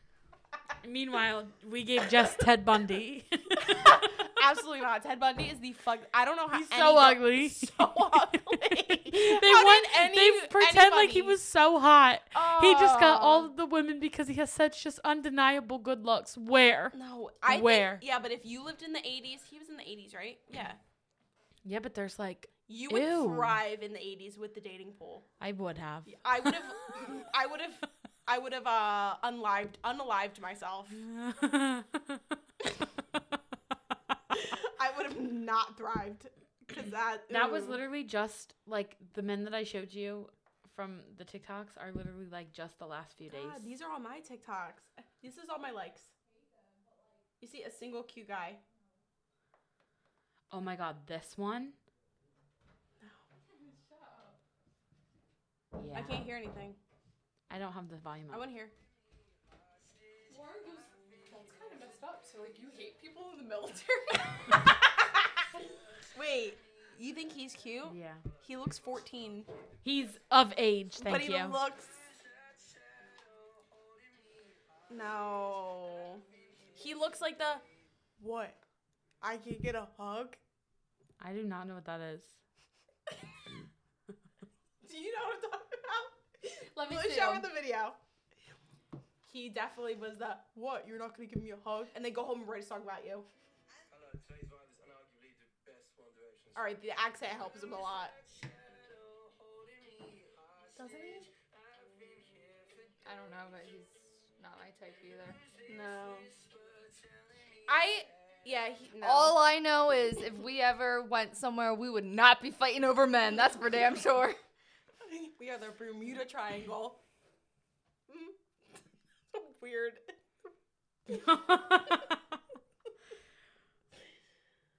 Speaker 4: Meanwhile, we gave Jess Ted Bundy.
Speaker 1: Absolutely not. Ted Bundy is the fuck. I don't know how
Speaker 4: He's
Speaker 1: any
Speaker 4: so
Speaker 1: girl-
Speaker 4: ugly.
Speaker 1: So ugly.
Speaker 4: they
Speaker 1: How did
Speaker 4: want,
Speaker 1: any-
Speaker 4: they pretend like he
Speaker 1: anybody-
Speaker 4: was so hot. He just got all
Speaker 1: Oh.
Speaker 4: of the women because he has such just undeniable good looks. Where?
Speaker 1: No, I think-
Speaker 4: Where?
Speaker 1: yeah, but if you lived in the '80s, he was in the '80s, right? Yeah,
Speaker 4: Yeah, but there's like
Speaker 1: you would
Speaker 4: Ew.
Speaker 1: thrive in the '80s with the dating pool.
Speaker 4: I would have.
Speaker 1: I would have, I would have, I would have uh, unlived, unalived myself. I would have not thrived because that
Speaker 4: that was
Speaker 1: ooh.
Speaker 4: literally just like the men that I showed you from the TikToks are literally like just the last few days.
Speaker 1: God, these are all my TikToks. This is all my likes. You see a single cute guy.
Speaker 4: oh my god, this one. Yeah.
Speaker 1: I can't hear anything.
Speaker 4: I don't have the volume
Speaker 1: I
Speaker 4: up.
Speaker 1: want to hear. Wait, you think he's cute?
Speaker 4: Yeah.
Speaker 1: He looks 14,
Speaker 4: He's of age. Thank
Speaker 1: but he
Speaker 4: you.
Speaker 1: looks. No, he looks like the. What? I can get a hug.
Speaker 4: I do not know what that is.
Speaker 1: Do you know what I'm talking about?
Speaker 3: Let me
Speaker 1: Let's
Speaker 3: see
Speaker 1: show
Speaker 3: him.
Speaker 1: her the video. He definitely was the what? You're not gonna give me a hug, and they go home and write a song about you. All right, the accent helps him a lot.
Speaker 3: Doesn't he? I don't know, but he's not my type either.
Speaker 1: No. I yeah. He, no.
Speaker 3: All I know is if we ever went somewhere, we would not be fighting over men. That's for damn sure.
Speaker 1: we are the Bermuda Triangle. Mm. So Weird.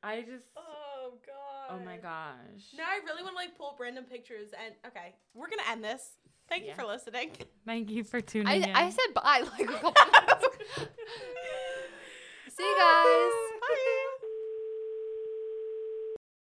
Speaker 4: I just.
Speaker 1: Oh god.
Speaker 4: Oh my gosh.
Speaker 1: Now I really want to like pull up random pictures and okay, we're gonna end this. Thank you
Speaker 4: Yeah.
Speaker 1: for listening.
Speaker 4: Thank you for tuning
Speaker 3: I,
Speaker 4: in.
Speaker 3: I said bye like a couple minutes. See you guys.